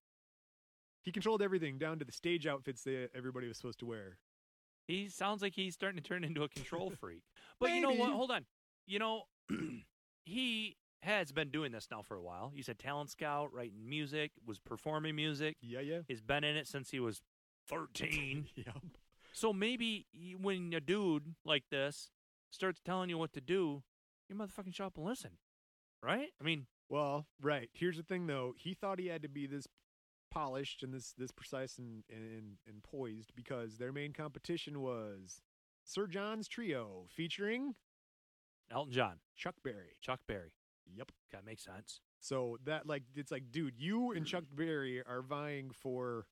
S1: He controlled everything down to the stage outfits that everybody was supposed to wear.
S2: He sounds like he's starting to turn into a control freak. But you know what?
S1: Maybe.
S2: Hold on. You know, he has been doing this now for a while. He's a talent scout, writing music, was performing music.
S1: Yeah, yeah.
S2: He's been in it since he was 13.
S1: yep.
S2: so maybe y- when a dude like this starts telling you what to do, you motherfucking shut up and listen. Right? I mean,
S1: Well, right. Here's the thing, though. He thought he had to be this polished and this this precise and and, and poised because their main competition was Sir John's trio featuring
S2: Elton John,
S1: Chuck Berry.
S2: Chuck Berry.
S1: Yep.
S2: That makes sense.
S1: So that like it's like, dude, you and Chuck Berry are vying for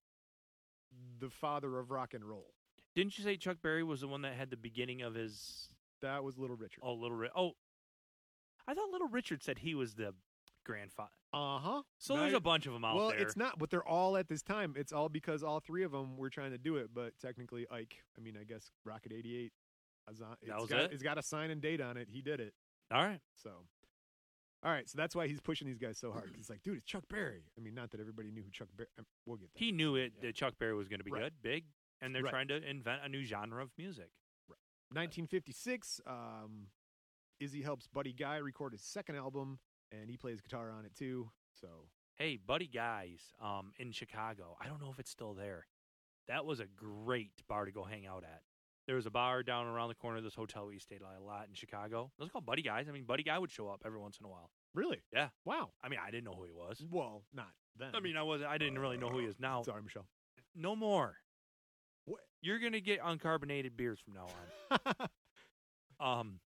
S1: the father of rock and roll.
S2: Didn't you say Chuck Berry was the one that had the beginning of his
S1: That was Little Richard.
S2: Oh, Little Ri Oh, I thought Little Richard said he was the grandfather.
S1: Uh huh.
S2: So there's a bunch of them out
S1: well,
S2: there.
S1: it's not, but they're all at this time. It's all because all three of them were trying to do it. But technically, Ike. I mean, I guess Rocket eighty eight.
S2: That was
S1: got,
S2: it?
S1: It's got a sign and date on it. He did it.
S2: All right.
S1: So, all right. So that's why he's pushing these guys so hard. 'cause He's like, dude, it's Chuck Berry. I mean, not that everybody knew who Chuck Berry. I we'll get there.
S2: He knew it
S1: Yeah.
S2: that Chuck Berry was going to be
S1: Right.
S2: good, big, and they're
S1: Right.
S2: trying to invent a new genre of music.
S1: 1956, um, Izzy helps Buddy Guy record his second album, and he plays guitar on it too. So
S2: Hey, buddy, guys, um, in Chicago, I don't know if it's still there. That was a great bar to go hang out at. There was a bar down around the corner of this hotel we stayed at a lot in Chicago. It was called Buddy Guys. I mean, Buddy Guy would show up every once in a while.
S1: really,
S2: Yeah.
S1: wow.
S2: I mean, I didn't know who he was.
S1: Well, not then.
S2: I mean, I was I didn't really know who he is now.
S1: sorry, Michelle.
S2: No more.
S1: What?
S2: You're gonna get uncarbonated beers from now
S1: that
S2: on. um,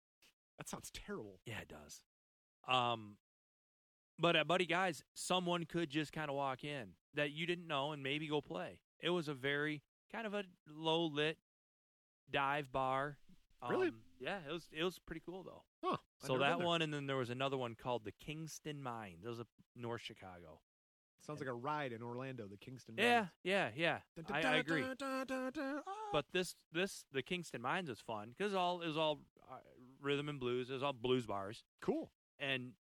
S1: sounds terrible.
S2: yeah, it does. Um, but at Buddy Guys, someone could just kind of walk in that you didn't know and maybe go play. It was a very kind of a low lit dive Um, bar.
S1: Really?
S2: Yeah, it was. It was pretty cool though.
S1: Huh. I've
S2: So
S1: never been
S2: that
S1: there.
S2: one, and then there was another one called the Kingston Mines. That was a North Chicago.
S1: Sounds like a ride in Orlando, the Kingston.
S2: Yeah,
S1: Mines.
S2: yeah, yeah.
S1: Dun, dun,
S2: I, I
S1: dun,
S2: agree.
S1: dun, dun, dun, dun. Ah!
S2: But this, this, the Kingston Mines was fun because all it was all uh, rhythm and blues. It was all blues bars,
S1: cool.
S2: and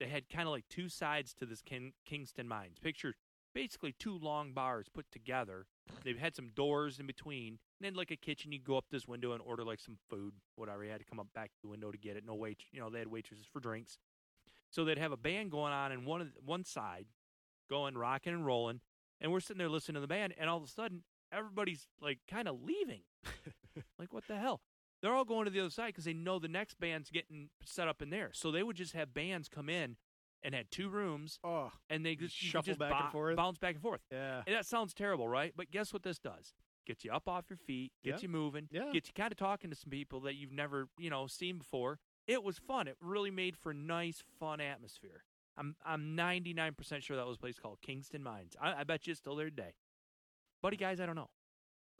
S2: they had kind of like two sides to this Kin- Kingston Mines. Picture basically two long bars put together. They had some doors in between, and then like a kitchen. You go up this window and order like some food, whatever. You had to come up back to the window to get it. No wait, you know they had waitresses for drinks. So they'd have a band going on in one of the- one side, going rocking and rolling, and we're sitting there listening to the band, and all of a sudden everybody's like kind of leaving. like what the hell? They're all going to the other side because they know the next band's getting set up in there. So they would just have bands come in and had two rooms,
S1: Oh,
S2: and they
S1: Just
S2: just you could
S1: shuffle
S2: just
S1: back and
S2: bo-
S1: forth?
S2: bounce back and forth.
S1: yeah.
S2: And that sounds terrible, right? But guess what this does? Gets you up off your feet, gets
S1: Yeah.
S2: you moving,
S1: Yeah.
S2: gets you kind of talking to some people that you've never, you know, seen before. It was fun. It really made for nice, fun atmosphere. I'm I'm 99% sure that was a place called Kingston Mines. I, I bet you it's still there today. Buddy, guys, I don't know.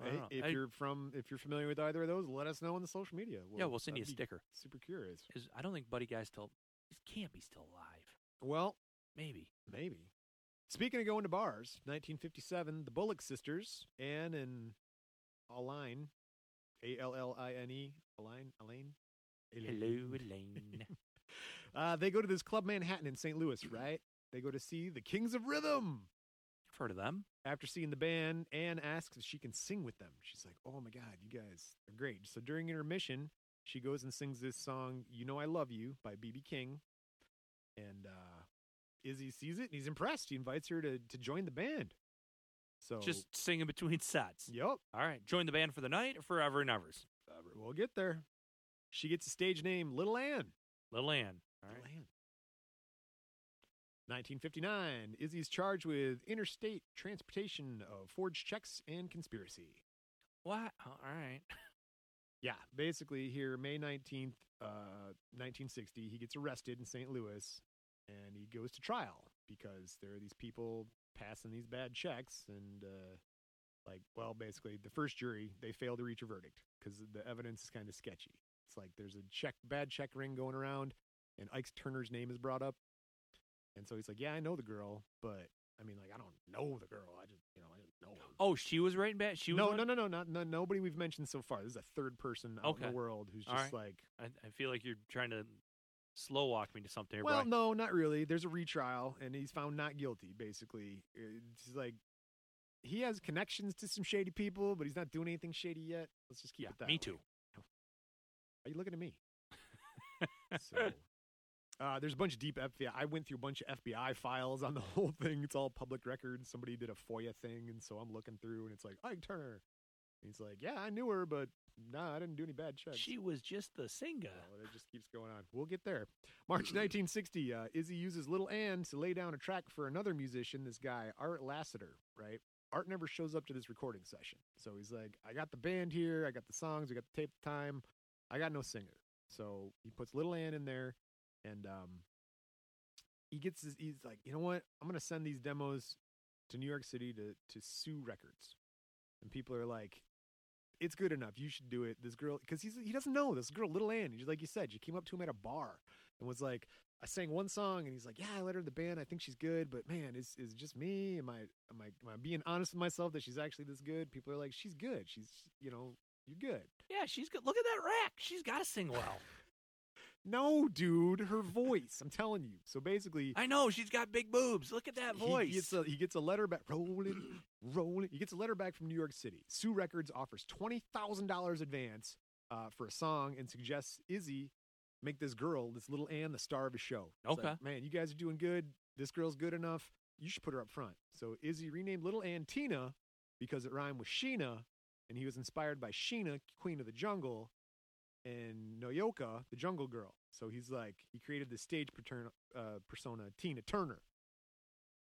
S2: I
S1: Hey,
S2: don't know.
S1: if
S2: I-
S1: you're from, if you're familiar with either of those, let us know on the social media.
S2: yeah, we'll send you a
S1: I'd be
S2: sticker.
S1: Super curious.
S2: Is I don't think Buddy Guy's still he can't be still alive.
S1: Well,
S2: Maybe.
S1: Maybe. Speaking of going to bars, 1957, the Bullock sisters, Anne and Aline, A L L I N E, Aline, Elaine.
S2: Hello, Elaine.
S1: Uh, they go to this Club Manhattan in St. Louis, right? They go to see the Kings of Rhythm.
S2: I've heard of them.
S1: After seeing the band, Anne asks if she can sing with them. She's like, "Oh my God, you guys are great!" So during intermission, she goes and sings this song, "You Know I Love You" by BB King, and uh, Izzy sees it and he's impressed. He invites her to to join the band. So
S2: Just singing between sets.
S1: yep,
S2: All right. Join the band for the night or forever and evers.
S1: uh, we'll get there. She gets a stage name, Little Anne.
S2: Little Ann. All
S1: Little
S2: right.
S1: Anne. 1959, Izzy's charged with interstate transportation of forged checks and conspiracy.
S2: What? Oh, All right.
S1: Yeah, basically here, May 19th, uh, 1960, he gets arrested in St. Louis and he goes to trial because there are these people passing these bad checks and uh, like, well, basically the first jury, they fail to reach a verdict because the evidence is kind of sketchy. It's like there's a check, bad check ring going around and Ike's Turner's name is brought up. And so he's like, yeah, I know the girl, but I mean, like, I don't know the girl. I just, you know, I just know her
S2: Oh, she was writing back. She was
S1: no,
S2: one-
S1: no, no, no, not no, nobody we've mentioned so far. This is a third person out in
S2: Okay.
S1: the world who's
S2: All
S1: just like,
S2: I, I feel like you're trying to slow walk me to something here,
S1: well,
S2: Bri.
S1: no, not really. There's a retrial, and he's found not guilty. Basically, it's like he has connections to some shady people, but he's not doing anything shady yet. Let's just keep
S2: Yeah,
S1: it that.
S2: me
S1: way.
S2: too.
S1: Are you looking at me? so, uh, there's a bunch of deep FBI. I went through a bunch of FBI files on the whole thing. It's all public record. Somebody did a FOIA thing, and so I'm looking through, and it's like Ike Turner. He's like, yeah, I knew her, but nah, I didn't do any bad checks.
S2: She was just the singer.
S1: Well, Oh, it just keeps going on. We'll get there. March 1960, uh, Izzy uses Little Ann to lay down a track for another musician, this guy, Art Lassiter, right? Art never shows up to this recording session. So he's like, I got the band here, I got the songs, we got the tape time, I got no singer. So he puts Little Ann in there and um, he gets his, he's like, you know what? I'm going to send these demos to New York City to, to sue records. And people are like, it's good enough. You should do it. This girl, because he's he doesn't know this girl, Little Ann. She's like you said, she came up to him at a bar and was like, I sang one song, and he's like, Yeah, I let her in the band. I think she's good, but man, is is it just me? Am I am I am I being honest with myself that she's actually this good? People are like, She's good. She's you know, you're good.
S2: Yeah, she's good. Look at that rack. She's got to sing well.
S1: No, dude, her voice. I'm telling you. So basically,
S2: I know. She's got big boobs. Look at that voice.
S1: He gets a, he gets a letter back. Rolling, rolling. He gets a letter back from New York City. Sue Records offers twenty thousand dollars advance uh, for a song and suggests Izzy make this girl, this little Ann, the star of his show. It's like,
S2: Okay.
S1: man, you guys are doing good. This girl's good enough. You should put her up front. So Izzy renamed Little Ann Tina because it rhymed with Sheena, and he was inspired by Sheena, Queen of the Jungle, and Noyoka, the Jungle Girl. So he's like, he created the stage patern- uh, persona Tina Turner.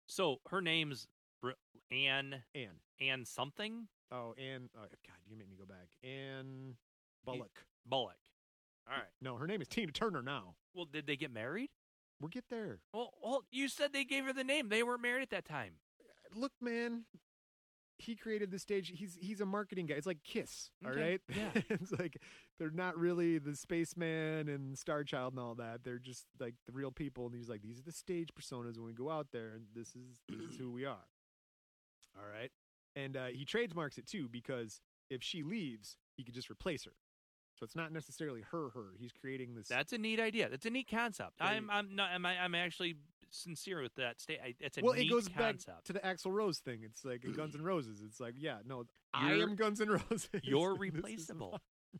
S2: so her name's Br- Ann
S1: Ann.
S2: Ann something
S1: Oh, and oh, God, you make me go back. Anne Bullock.
S2: Bullock. All right.
S1: No, her name is Tina Turner now.
S2: Well, did they get married?
S1: We'll get there.
S2: Well, well, you said they gave her the name. They weren't married at that time.
S1: Look, man, he created the stage. He's he's a marketing guy. It's like Kiss, all
S2: Okay,
S1: right?
S2: yeah.
S1: it's like they're not really the spaceman and star child and all that. They're just like the real people. And he's like, these are the stage personas when we go out there, and this is this is who we are. All right. And uh, he trademarks it too because if she leaves, he could just replace her. So it's not necessarily her. Her. He's creating this.
S2: That's a neat idea. That's a neat concept.
S1: Yeah,
S2: I'm
S1: you-
S2: I'm not I'm, I'm actually sincere with that state. It's a
S1: well,
S2: neat
S1: it goes
S2: concept.
S1: back to the Axl Rose thing. It's like Guns N' Roses. It's like, yeah, no, I
S2: You're-
S1: am Guns N' Roses.
S2: You're
S1: This is
S2: replaceable.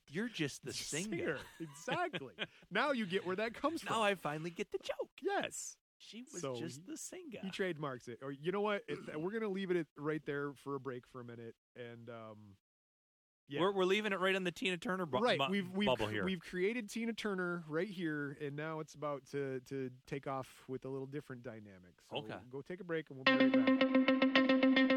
S2: You're just the singer.
S1: Exactly. now you get where that comes from.
S2: Now I finally get the joke.
S1: yes.
S2: She was
S1: So
S2: just
S1: he-
S2: the singer.
S1: He trademarks it. Or you know what? It, we're gonna leave it at- right there for a break for a minute, and um, yeah,
S2: We're we're leaving it right on the Tina Turner bu-
S1: right.
S2: mu-
S1: we've we've
S2: bubble
S1: cr-
S2: here.
S1: we've created Tina Turner right here, and now it's about to to take off with a little different dynamic. So
S2: Okay.
S1: Go take a break, and we'll be right back.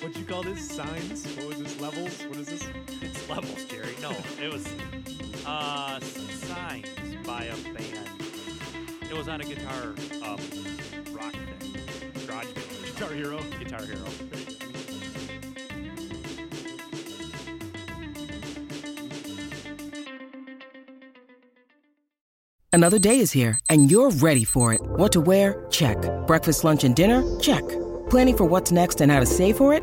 S1: What you call this? Signs? What was this? Levels? What is this?
S2: It's levels, Jerry. No, it was uh signs by a band. It was on a guitar um, rock thing. Garage band.
S1: Guitar Hero.
S2: Guitar Hero.
S6: Another day is here, and you're ready for it. What to wear? Check. Breakfast, lunch, and dinner? Check. Planning for what's next and how to save for it?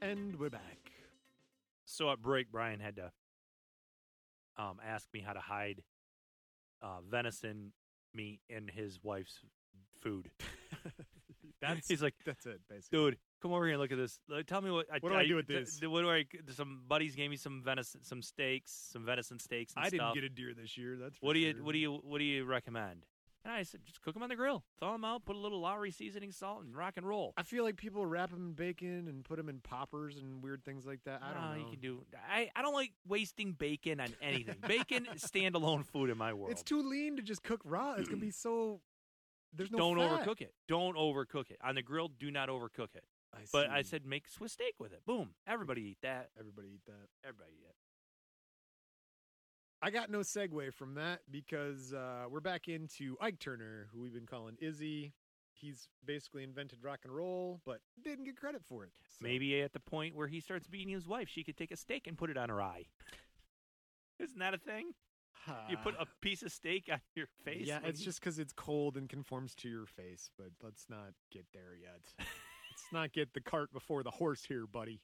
S1: And we're back.
S2: So at break, Brian had to um, ask me how to hide uh, venison meat in his wife's food.
S1: That's-
S2: he's like,
S1: That's it, basically.
S2: dude, come over here and look at this. Like, tell me what. I,
S1: What do I do with
S2: th-
S1: this?"
S2: th- what do I? Some buddies gave me some venison, some steaks, some venison steaks. And
S1: I didn't
S2: stuff.
S1: get a deer this year. That's for
S2: What do you?
S1: sure.
S2: What do you? What do you recommend? And I said, just cook them on the grill, thaw them out, put a little Lowry seasoning, salt, and rock and roll.
S1: I feel like people wrap them in bacon and put them in poppers and weird things like that. I don't know.
S2: Nah, Ah, You can do. I, I don't like wasting bacon on anything. bacon is standalone food in my world.
S1: It's too lean to just cook raw. It's gonna be so. There's no.
S2: don't
S1: fat.
S2: overcook it. Don't overcook it on the grill. Do not overcook it. but I
S1: see.
S2: said make Swiss steak with it. Boom. Everybody eat that.
S1: everybody eat that.
S2: Everybody eat it.
S1: I got no segue from that because uh, we're back into Ike Turner, who we've been calling Izzy. He's basically invented rock and roll, but didn't get credit for it. So-
S2: Maybe at the point where he starts beating his wife, she could take a steak and put it on her eye. Isn't that a thing? You put
S1: Ah.
S2: a piece of steak on your face.
S1: Yeah,
S2: when
S1: it's
S2: you-
S1: just because it's cold and conforms to your face. But let's not get there yet. let's not get the cart before the horse here, buddy.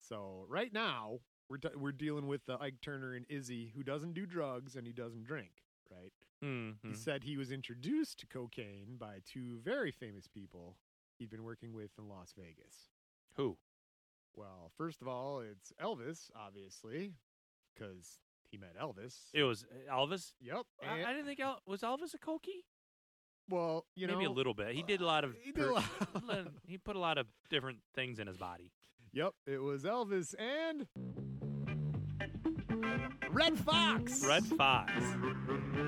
S1: So right now we're de- we're dealing with uh, Ike Turner and Izzy, who doesn't do drugs and he doesn't drink. Right? He
S2: Mhm.
S1: said he was introduced to cocaine by two very famous people he'd been working with in Las Vegas.
S2: Who?
S1: Well, first of all, it's Elvis, obviously, because he met Elvis.
S2: It was uh, Elvis.
S1: yep.
S2: I,
S1: and-
S2: I didn't think El- was Elvis a cokey.
S1: well, you know,
S2: Maybe a little bit. He did a lot of.
S1: he did a
S2: per-
S1: lot.
S2: li- he put a lot of different things in his body.
S1: Yep, it was Elvis and Red Fox.
S2: Red Fox.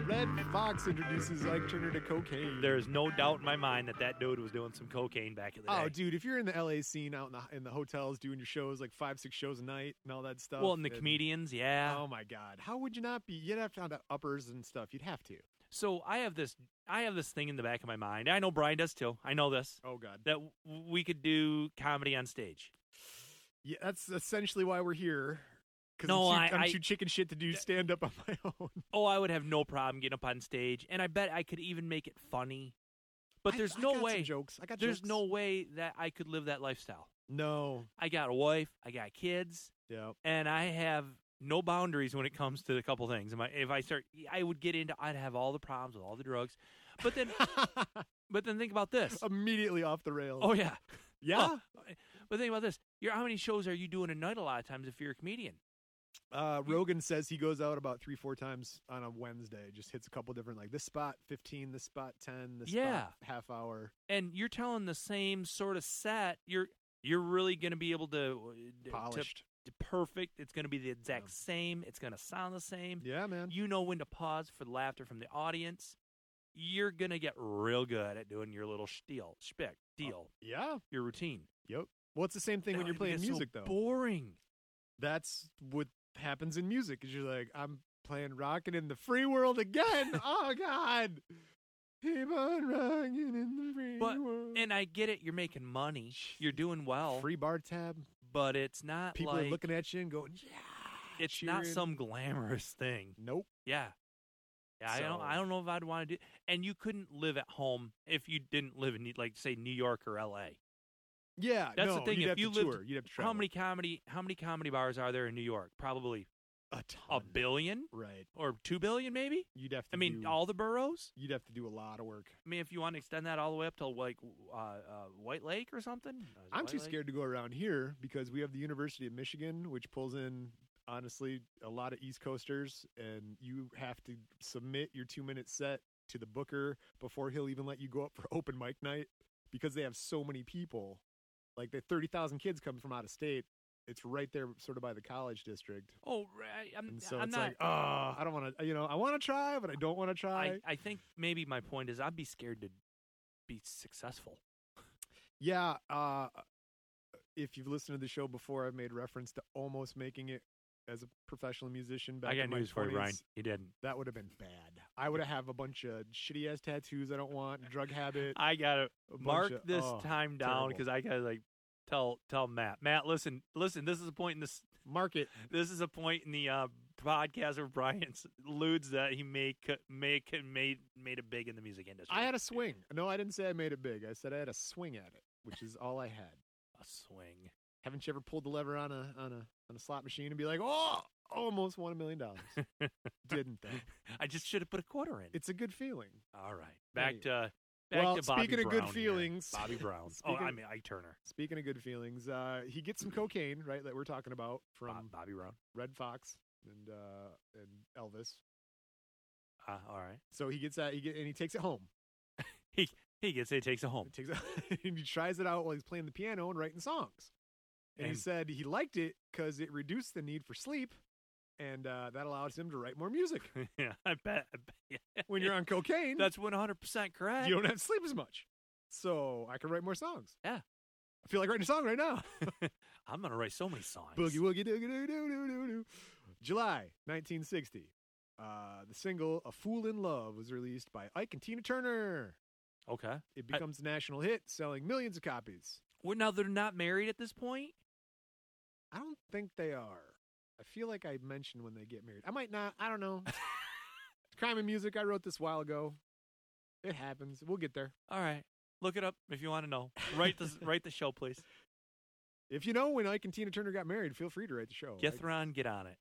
S1: Red Fox introduces Ike Turner to cocaine.
S2: There's no doubt in my mind that that dude was doing some cocaine back in the
S1: Oh,
S2: day.
S1: dude! If you're in the LA scene, out in the in the hotels, doing your shows like five, six shows a night, and all that stuff.
S2: Well, and the comedians, yeah.
S1: Oh my God! How would you not be? You'd have to have the uppers and stuff. You'd have to.
S2: so I have this, I have this thing in the back of my mind. I know Brian does too. I know this
S1: Oh God!
S2: that w- we could do comedy on stage.
S1: Yeah, that's essentially why we're here. Because
S2: No,
S1: I'm,
S2: I-
S1: too, am
S2: I-
S1: too chicken shit to do stand up on my own.
S2: Oh, I would have no problem getting up on stage, and I bet I could even make it funny. But
S1: I-
S2: there's
S1: I
S2: no
S1: got some
S2: way.
S1: jokes. I got
S2: there's
S1: jokes.
S2: no way that I could live that lifestyle.
S1: No.
S2: I got a wife. I got kids.
S1: Yeah.
S2: and I have no boundaries when it comes to a couple things. Am I, if I start, I would get into, I'd have all the problems with all the drugs. But then, but then think about this.
S1: Oh. Immediately off the rails.
S2: Oh yeah,
S1: yeah.
S2: Oh, but think about this. You're, how many shows are you doing a night? A lot of times, if you're a comedian,
S1: Uh, Rogan says he goes out about three, four times on a Wednesday. Just hits a couple different like this spot fifteen, this spot ten, this
S2: Yeah.
S1: spot half hour.
S2: and you're telling the same sort of set, you're you're really going to be able to uh, to-
S1: Polished.
S2: to perfect. It's going to be the exact same. It's going to sound the same.
S1: Yeah, man.
S2: You know when to pause for laughter from the audience. You're going to get real good at doing your little steal, spick, deal,
S1: yeah.
S2: your routine.
S1: Yep. Well, it's the same Oh. thing when
S2: Oh,
S1: you're
S2: it
S1: playing
S2: gets so
S1: music though.
S2: Boring.
S1: That's what happens in music. Is you're like, I'm playing rocking in the free world again. oh God. Keep on rocking in the free
S2: But
S1: world.
S2: and I get it. You're making money. You're doing well.
S1: free bar tab.
S2: but it's not
S1: People
S2: like
S1: are looking at you and going, yeah.
S2: it's not
S1: cheering.
S2: some glamorous thing.
S1: Nope.
S2: Yeah. Yeah, I don't. I
S1: So-
S2: don't know if I'd want to do. And you couldn't live at home if you didn't live in, like, say, New York or L.A.
S1: Yeah.
S2: That's
S1: no,
S2: the thing.
S1: You'd
S2: if
S1: have
S2: you
S1: to
S2: lived,
S1: tour. You'd have to
S2: how
S1: travel.
S2: many comedy? How many comedy bars are there in New York? Probably
S1: A
S2: a
S1: ton.
S2: billion
S1: Right.
S2: or two billion, maybe.
S1: You'd have to.
S2: I mean,
S1: do-
S2: all the boroughs.
S1: You'd have to do a lot of work.
S2: I mean, if you want to extend that all the way up to like uh, uh, White Lake or something. Uh, is it
S1: I'm
S2: White
S1: too
S2: Lake?
S1: scared to go around here because we have the University of Michigan, which pulls in honestly a lot of East Coasters, and you have to submit your two minute set to the booker before he'll even let you go up for open mic night because they have so many people. Like the thirty thousand kids come from out of state. It's right there, sort of by the college district,
S2: Oh, right. I'm,
S1: and so
S2: I'm
S1: it's
S2: not.
S1: like, oh, I don't want to. You know, I want to try, but I don't want to try.
S2: I, I think maybe my point is I'd be scared to be successful.
S1: Yeah, uh if you've listened to the show before, I've made reference to almost making it as a professional musician back
S2: I got
S1: in my
S2: news for you, Ryan.
S1: 20s.
S2: You didn't.
S1: That would have been bad. I would have a bunch of shitty ass tattoos I don't want, a drug habit.
S2: I gotta
S1: bunch
S2: mark
S1: of-
S2: this
S1: oh,
S2: time down
S1: terrible.
S2: because I gotta like tell tell Matt. Matt, listen, listen. This is a point in this.
S1: Mark it.
S2: This is a point in the uh, podcast where Brian s- alludes that he may c- may c- made made it big in the music industry.
S1: I had a swing. No, I didn't say I made it big. I said I had a swing at it, which is all I had.
S2: a swing.
S1: Haven't you ever pulled the lever on a on a on a slot machine and be like, oh, almost won a million dollars? Didn't though.
S2: I just should have put a quarter in.
S1: It's a good feeling.
S2: All right, back
S1: Anyway.
S2: to back
S1: Well,
S2: to Bobby
S1: speaking of good
S2: Brown here.
S1: feelings-
S2: Bobby Brown. oh, I
S1: Speaking-
S2: mean Ike Turner.
S1: Speaking of good feelings, uh, he gets some cocaine, right? That we're talking about
S2: Bo-
S1: from
S2: Bobby Brown.
S1: Red Fox and uh, and Elvis.
S2: Uh, all right.
S1: So he gets that he get, and he takes it home.
S2: He he gets it, takes it home.
S1: He takes it, and he tries it out while he's playing the piano and writing songs. And, he
S2: And-
S1: said he liked it because it reduced the need for sleep, and uh, that allows him to write more music.
S2: yeah, I bet. I bet.
S1: When you're on cocaine,
S2: That's 100 percent correct.
S1: you don't have to sleep as much. So I can write more songs.
S2: Yeah.
S1: I feel like writing a song right now.
S2: I'm gonna write so many songs.
S1: Boogie woogie doogie doo doo doo doo doo. July 1960. Uh, the single "A Fool in Love" was released by Ike and Tina Turner.
S2: Okay.
S1: It
S2: I-
S1: becomes a national hit, selling millions of copies.
S2: Well, now they're not married at this point.
S1: I don't think they are. I feel like I mentioned when they get married. I might not. I don't know. Crime and music. I wrote this a while ago. It happens. We'll get there.
S2: All right. Look it up if you want to know. Write the write the show, please.
S1: If you know when Ike and Tina Turner got married, feel free to write the show.
S2: Get
S1: Like,
S2: Githron, get on it.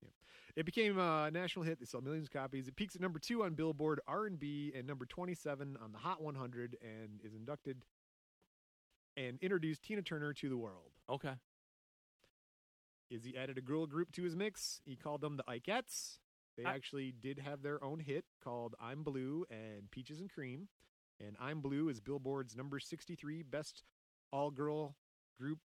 S1: It became a national hit. They sold millions of copies. It peaks at number two on Billboard R&B and number 27 on the Hot 100, and is inducted and introduced Tina Turner to the world.
S2: Okay.
S1: Is he added a girl group to his mix. He called them the Ikeettes. They
S2: I-
S1: actually did have their own hit called "I'm Blue" and "Peaches and Cream," and "I'm Blue" is Billboard's number 63 best all-girl group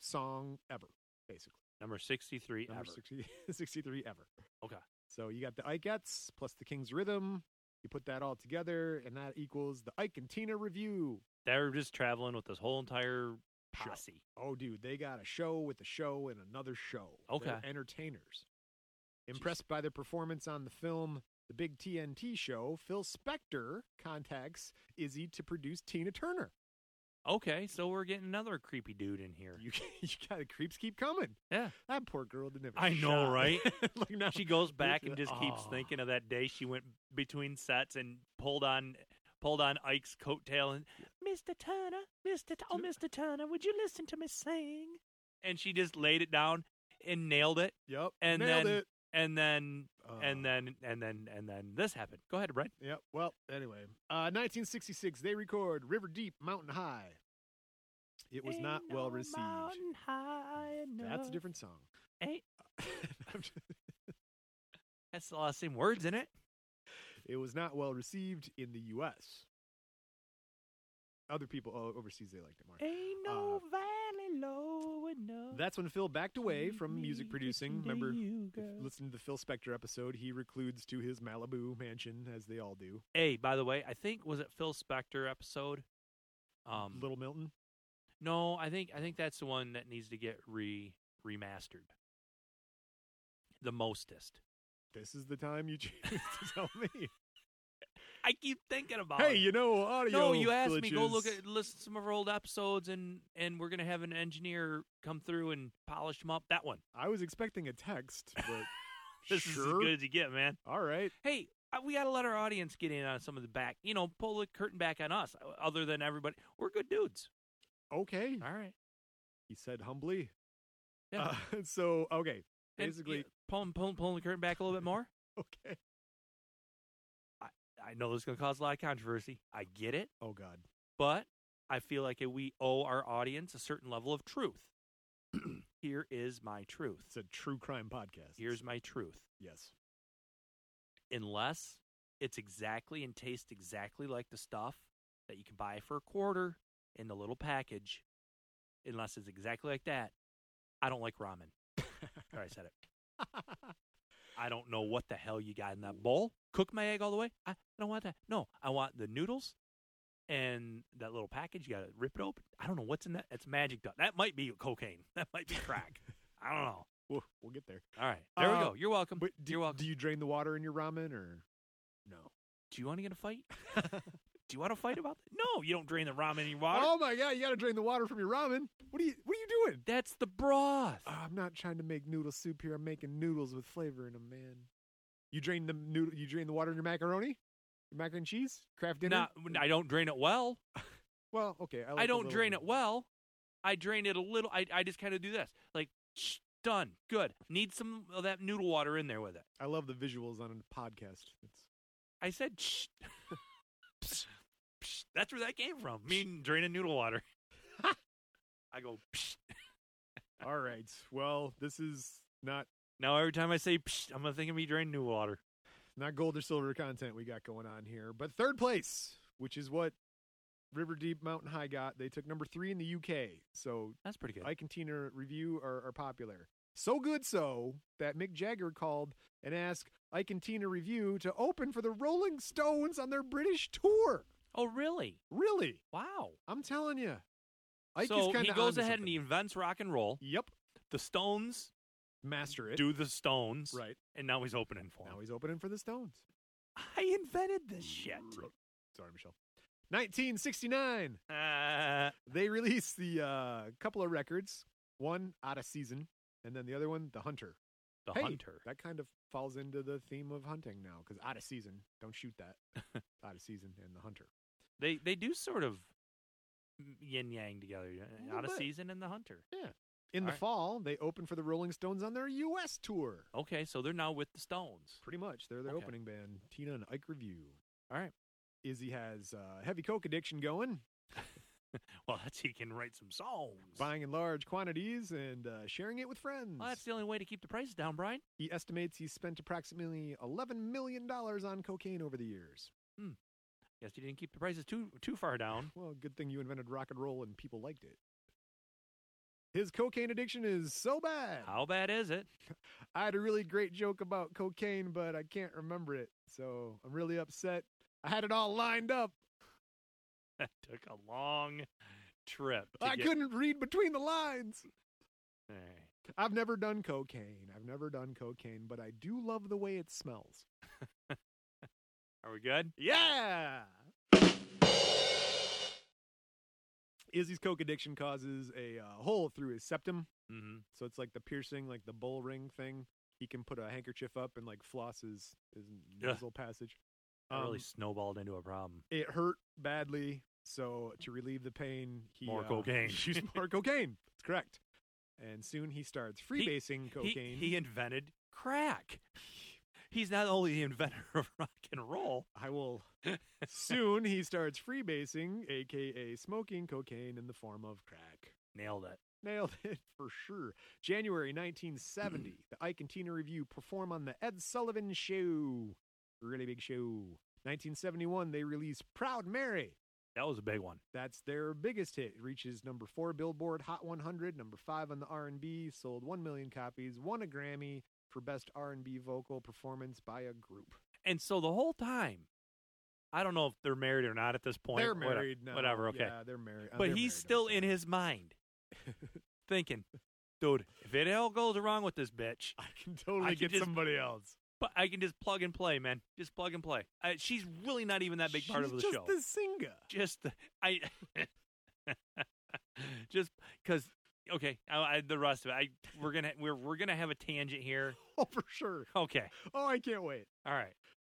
S1: song ever, basically.
S2: Number 63
S1: Number
S2: ever.
S1: 60, 63 ever.
S2: Okay.
S1: So you got the Ikeettes plus the King's Rhythm. You put that all together, and that equals the Ike and Tina review.
S2: They're just traveling with this whole entire
S1: Show.
S2: posse.
S1: Oh, dude, they got a show with a show and another show. They're
S2: Okay.
S1: entertainers. Impressed by their performance on the film The Big TNT Show, Phil Spector contacts Izzy to produce Tina Turner.
S2: Okay, so we're getting another creepy dude in here.
S1: You, you got the creeps keep coming.
S2: Yeah.
S1: That poor girl didn't have a
S2: I know,
S1: shot.
S2: right?
S1: like now
S2: She goes back and
S1: she's
S2: just
S1: like,
S2: keeps
S1: "Oh."
S2: thinking of that day she went between sets and pulled on pulled on Ike's coattail and Mr. Turner, Mr. T- oh Mr. Turner, would you listen to me sing? And she just laid it down and nailed it.
S1: Yep.
S2: And
S1: nailed
S2: then
S1: it.
S2: and then
S1: Oh.
S2: and then and then and then this happened. Go ahead, Brett.
S1: Yep. Well, anyway, uh, 1966, they record River Deep, Mountain High. It was not well received. That's a different song.
S2: Hey, that's a lot of same words in it.
S1: It was not well received in the U.S. Other people o- overseas they liked it more.
S2: Ain't no valley low enough.
S1: Uh. That's when Phil backed away
S2: to
S1: from music
S2: me,
S1: producing.
S2: listen to
S1: Remember,
S2: you,
S1: if
S2: girl.
S1: listen to the Phil Spector episode. He recludes to his Malibu mansion, as they all do.
S2: Hey, by the way, I think was it Phil Spector episode? Um,
S1: Little Milton.
S2: no, I think I think that's the one that needs to get re remastered. The mostest.
S1: This is the time you choose to tell me.
S2: I keep thinking about
S1: hey,
S2: it.
S1: you know, audio.
S2: Uh, no, you asked me go
S1: glitches.
S2: look at listen to some of our old episodes, and and we're gonna have an engineer come through and polish them up. That one.
S1: I was expecting a text, but
S2: This
S1: sure.
S2: is as good as you get, man.
S1: All right.
S2: Hey, uh, we gotta let our audience get in on some of the back. You know, pull the curtain back on us. o- Other than everybody, we're good dudes.
S1: Okay.
S2: All right.
S1: He said humbly.
S2: Yeah.
S1: Uh, so okay,
S2: And,
S1: basically,
S2: yeah, pulling pulling pulling the curtain back a little bit more.
S1: okay.
S2: I know this is gonna cause a lot of controversy. I get it,
S1: Oh God.
S2: but I feel like we owe our audience a certain level of truth. Here is my truth.
S1: It's a true crime podcast.
S2: Here's my truth.
S1: yes.
S2: unless it's exactly and tastes exactly like the stuff that you can buy for a quarter in the little package, unless it's exactly like that, I don't like ramen. there, I said it. I don't know what the hell you got in that bowl. Cook my egg all the way. I, I don't want that. No, I want the noodles and that little package. You got to rip it open. I don't know what's in that. That's magic. Dust. That might be cocaine. That might be crack. I don't know.
S1: We'll, we'll get there.
S2: All right. There we
S1: Uh,
S2: go. You're welcome.
S1: But do,
S2: You're welcome.
S1: do you drain the water in your ramen or no?
S2: Do you want to get a fight? Do you want to fight about that? No, you don't drain the ramen in your water.
S1: Oh my God! You got to drain the water from your ramen. What are you? What are you doing?
S2: That's the broth.
S1: "Oh, I'm not trying to make noodle soup here. I'm making noodles with flavor in them, man. You drain the noodle. You drain the water in your macaroni, your mac and cheese, Kraft dinner.
S2: Not, I don't drain it well.
S1: well, okay. I, like
S2: I
S1: the
S2: don't
S1: little
S2: drain it
S1: one.
S2: well. I drain it a little. I, I just kind of do this. Like, shh, done. Good. Need some of that noodle water in there with it.
S1: I love the visuals on a podcast. It's
S2: I said, shh. Psh, psh. That's where that came from. Me draining noodle water. I go, psh.
S1: all right. Well, this is not
S2: Now every time I say, psh, I'm going to think of me draining noodle water.
S1: not gold or silver content we got going on here, but third place, which is what River Deep Mountain High got. They took number three in the UK. So
S2: That's pretty good.
S1: Ike and Tina review are, are popular. So good so that Mick Jagger called and asked Ike and Tina review to open for the Rolling Stones on their British tour.
S2: oh, really?
S1: Really,
S2: Wow.
S1: I'm telling you. Ike
S2: so
S1: is kind
S2: he
S1: of
S2: goes ahead and he invents rock and roll.
S1: yep,
S2: The Stones
S1: master it.
S2: do the Stones,
S1: Right
S2: And now he's opening for
S1: now
S2: him.
S1: he's opening for the Stones.
S2: I invented this shit.
S1: Sorry, Michelle. 1969.
S2: Uh,
S1: They released the uh, couple of records, one out of season, and then the other one, The Hunter.
S2: the
S1: Hey,
S2: Hunter.
S1: That kind of falls into the theme of hunting now, because out of season, don't shoot that. out of season and The Hunter.
S2: They they do sort of yin yang together. yeah,
S1: little
S2: Out of
S1: bit.
S2: season and the Hunter.
S1: Yeah. In the
S2: Alright.
S1: fall, they open for the Rolling Stones on their U.S. tour.
S2: Okay, so they're now with the Stones.
S1: Pretty much, they're their
S2: Okay.
S1: opening band. Tina and Ike review.
S2: All right.
S1: Izzy has uh, heavy coke addiction going,
S2: Well, that's he can write some songs.
S1: buying in large quantities and uh, sharing it with friends.
S2: Well, that's the only way to keep the prices down, Brian.
S1: He estimates he spent approximately $11 million on cocaine over the years.
S2: Guess you didn't keep the prices too too far down.
S1: Well, good thing you invented rock and roll and people liked it. His cocaine addiction is so bad.
S2: How bad is it?
S1: I had a really great joke about cocaine, but I can't remember it. So I'm really upset. I had it all lined up.
S2: That took a long trip. to
S1: I
S2: get-
S1: couldn't read between the lines.
S2: All right.
S1: I've never done cocaine. I've never done cocaine, but I do love the way it smells.
S2: Are we good?
S1: Yeah. Izzy's coke addiction causes a uh, hole through his septum.
S2: Mm-hmm.
S1: So it's like the piercing, like the bull ring thing. He can put a handkerchief up and like floss his, his
S2: Yeah.
S1: nasal passage.
S2: That really
S1: Um,
S2: snowballed into a problem.
S1: it hurt badly. So to relieve the pain, he
S2: More
S1: uh,
S2: cocaine.
S1: used more cocaine. That's correct. And soon he starts freebasing cocaine.
S2: He, invented crack. He's not only the inventor of rock and roll.
S1: I will. soon he starts freebasing, aka smoking cocaine in the form of crack.
S2: Nailed it.
S1: Nailed it for sure.
S2: Hmm.
S1: January 1970, the Ike and Tina Review perform on the Ed Sullivan Show. Really big show. 1971, they release Proud Mary.
S2: That was a big one.
S1: That's their biggest hit. It reaches number four Billboard Hot 100, number five on the R&B. Sold one million copies. Won a Grammy for best R&B vocal performance by a group.
S2: And so the whole time, I don't know if they're married or not at this point.
S1: they're
S2: whatever-
S1: married now.
S2: Whatever. Okay.
S1: Yeah, uh, they're married.
S2: but he's still in his mind thinking, dude, if it all goes wrong with this bitch,
S1: I can totally
S2: I can
S1: get
S2: just-
S1: somebody else.
S2: but I can just plug and play, man. Just plug and play. I, she's really not even that big part
S1: She's
S2: of the
S1: just
S2: show.
S1: the singer.
S2: Just the, I, just because. Okay, I, I, the rest of it. I we're gonna we're we're gonna have a tangent here.
S1: Oh, for sure.
S2: Okay,
S1: Oh, I can't wait.
S2: all right.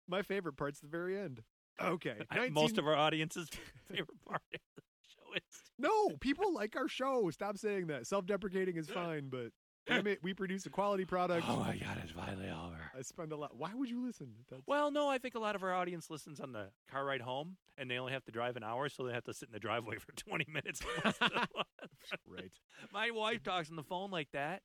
S1: My favorite part's the very end. Okay.
S2: I- most
S1: 19
S2: of our audience's favorite part of the show is
S1: No, people like our show. Stop saying that. Self-deprecating is fine, but damn it, we produce a quality product.
S2: Oh my god, it's finally over.
S1: I spend a lot. Why would you listen? That's,
S2: Well, no, I think a lot of our audience listens on the car ride home, and they only have to drive an hour, so they have to sit in the driveway for twenty minutes.
S1: right.
S2: My wife talks on the phone like that.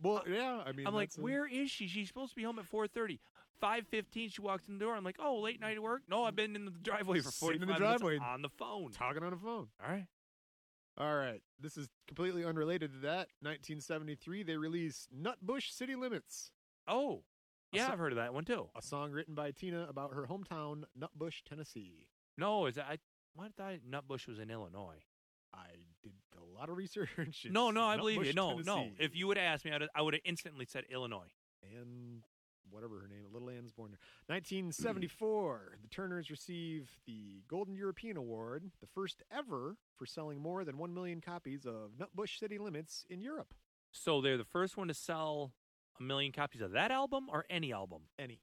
S1: Well, yeah. I mean,
S2: I'm like,
S1: that's a-
S2: where is she? She's supposed to be home at 4:30. 5:15, she walks in the door. I'm like, oh, late night at work. No, I've been in the driveway for
S1: Sitting
S2: 45
S1: in the driveway.
S2: minutes on the phone.
S1: talking on a phone.
S2: All right,
S1: All right. This is completely unrelated to that. 1973, they release Nutbush City Limits,
S2: Oh, yeah,
S1: so-
S2: I've heard of that one too.
S1: a song written by Tina about her hometown, Nutbush, Tennessee.
S2: No, is that I? Why did I? Nutbush was in Illinois.
S1: I did a lot of research. It's
S2: no, no, I believe you.
S1: Nutbush,
S2: No, no.
S1: Tennessee.
S2: If you would have asked me, I'd, I would have instantly said Illinois.
S1: Ann, whatever her name, Little Ann's born there. 1974, the Turners receive the Golden European Award, the first ever for selling more than 1 million copies of Nutbush City Limits in Europe.
S2: So they're the first one to sell a million copies of that album or any album.
S1: Any,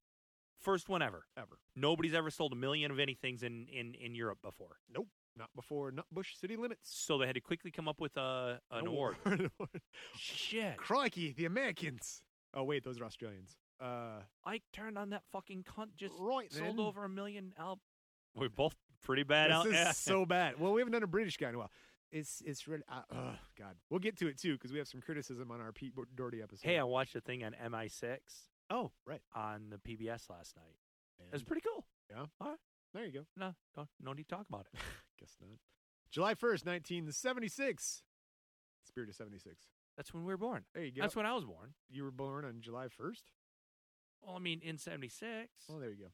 S2: First one ever.
S1: ever.
S2: Nobody's ever sold a million of anything's in in in Europe before.
S1: Nope, not before Nutbush City Limits.
S2: So they had to quickly come up with a an award.
S1: award.
S2: Shit.
S1: Crikey, the Americans. Oh, wait, those are Australians. Uh,
S2: Ike turned on that fucking cunt just
S1: Right
S2: sold
S1: then.
S2: over a million al- We're both pretty bad out
S1: this
S2: yeah.
S1: is so bad. Well, we haven't done a British guy in a while. It's it's really uh, oh god. We'll get to it too because we have some criticism on our Pete Doherty episode.
S2: Hey, I watched a thing on MI6
S1: oh right,
S2: on the PBS last night. It was
S1: And-
S2: pretty cool.
S1: yeah.
S2: All right.
S1: There you go.
S2: No, don't, no need to talk about it.
S1: Guess not. July 1st, 1976. Spirit of 76.
S2: That's when we were born.
S1: There you go.
S2: That's when I was born.
S1: you were born on July 1st.
S2: Well, I mean, in 76.
S1: Well, there you go.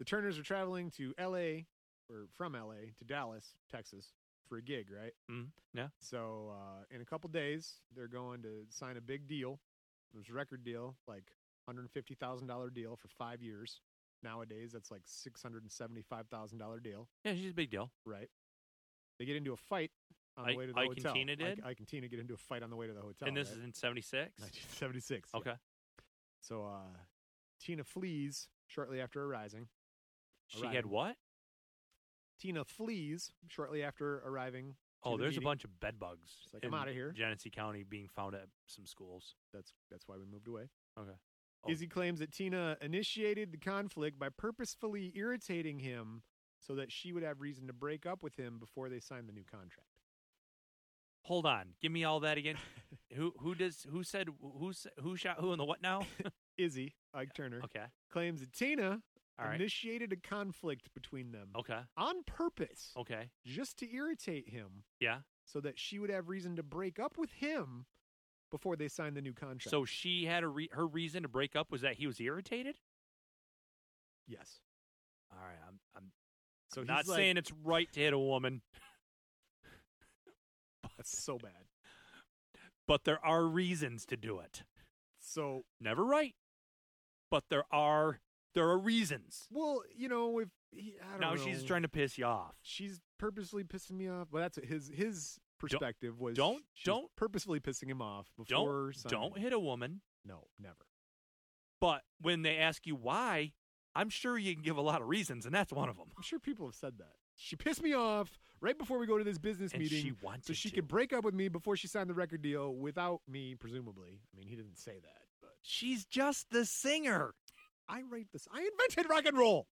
S1: The Turners are traveling to LA or from LA to Dallas, Texas for a gig, right?
S2: Mm, yeah.
S1: So, uh, in a couple days, they're going to sign a big deal. It was a record deal, like $150,000 deal for 5 years. Nowadays, that's like $675,000 deal,
S2: Yeah, she's a big deal.
S1: right? They get into a fight on the
S2: Ike-
S1: way to the
S2: Ike and
S1: hotel.
S2: Tina did?
S1: Ike, Ike and Tina get into a fight on the way to the hotel.
S2: and this
S1: right?
S2: is in 76.
S1: 1976. yeah.
S2: Okay.
S1: So uh, Tina flees shortly after arriving.
S2: She had
S1: Arriving.
S2: what?
S1: Tina flees shortly after arriving. to
S2: Oh,
S1: the
S2: there's
S1: meeting.
S2: a bunch of bed bugs.
S1: She's like, "I'm outta here."
S2: Genesee County being found at some schools.
S1: That's that's why we moved away.
S2: Okay. Oh.
S1: Izzy claims that Tina initiated the conflict by purposefully irritating him so that she would have reason to break up with him before they signed the new contract.
S2: Hold on. Give me all that again. who who does who said who s- who shot who and the what now?
S1: Izzy, Ike Turner,
S2: okay.
S1: claims that Tina
S2: All right. Oh.
S1: initiated a conflict between them
S2: Okay.
S1: on purpose,
S2: Okay.
S1: just to irritate him.
S2: Yeah.
S1: so that she would have reason to break up with him before they signed the new contract.
S2: So she had a re- her reason to break up was that he was irritated.
S1: yes,
S2: All right. I'm I'm
S1: so he's
S2: not
S1: like,
S2: saying it's right to hit a woman,
S1: "Oh, that's so bad.
S2: but there are reasons to do it.
S1: So
S2: Never right, but there are there are reasons.
S1: well, you know, if he, I don't
S2: Now
S1: know.
S2: she's trying to piss you off.
S1: She's purposely pissing me off. Well, that's what his his perspective was.
S2: don't-
S1: she's
S2: don't-
S1: purposefully pissing him off before.
S2: Don't
S1: signing.
S2: don't hit a woman.
S1: No, never.
S2: But when they ask you why, I'm sure you can give a lot of reasons, and that's one of them.
S1: I'm sure people have said that. She pissed me off right before we go to this business
S2: And
S1: meeting.
S2: she
S1: so
S2: wanted
S1: she
S2: to.
S1: could break up with me before she signed the record deal without me, presumably. I mean, he didn't say that, but
S2: She's just the singer.
S1: I write this. I invented rock and roll.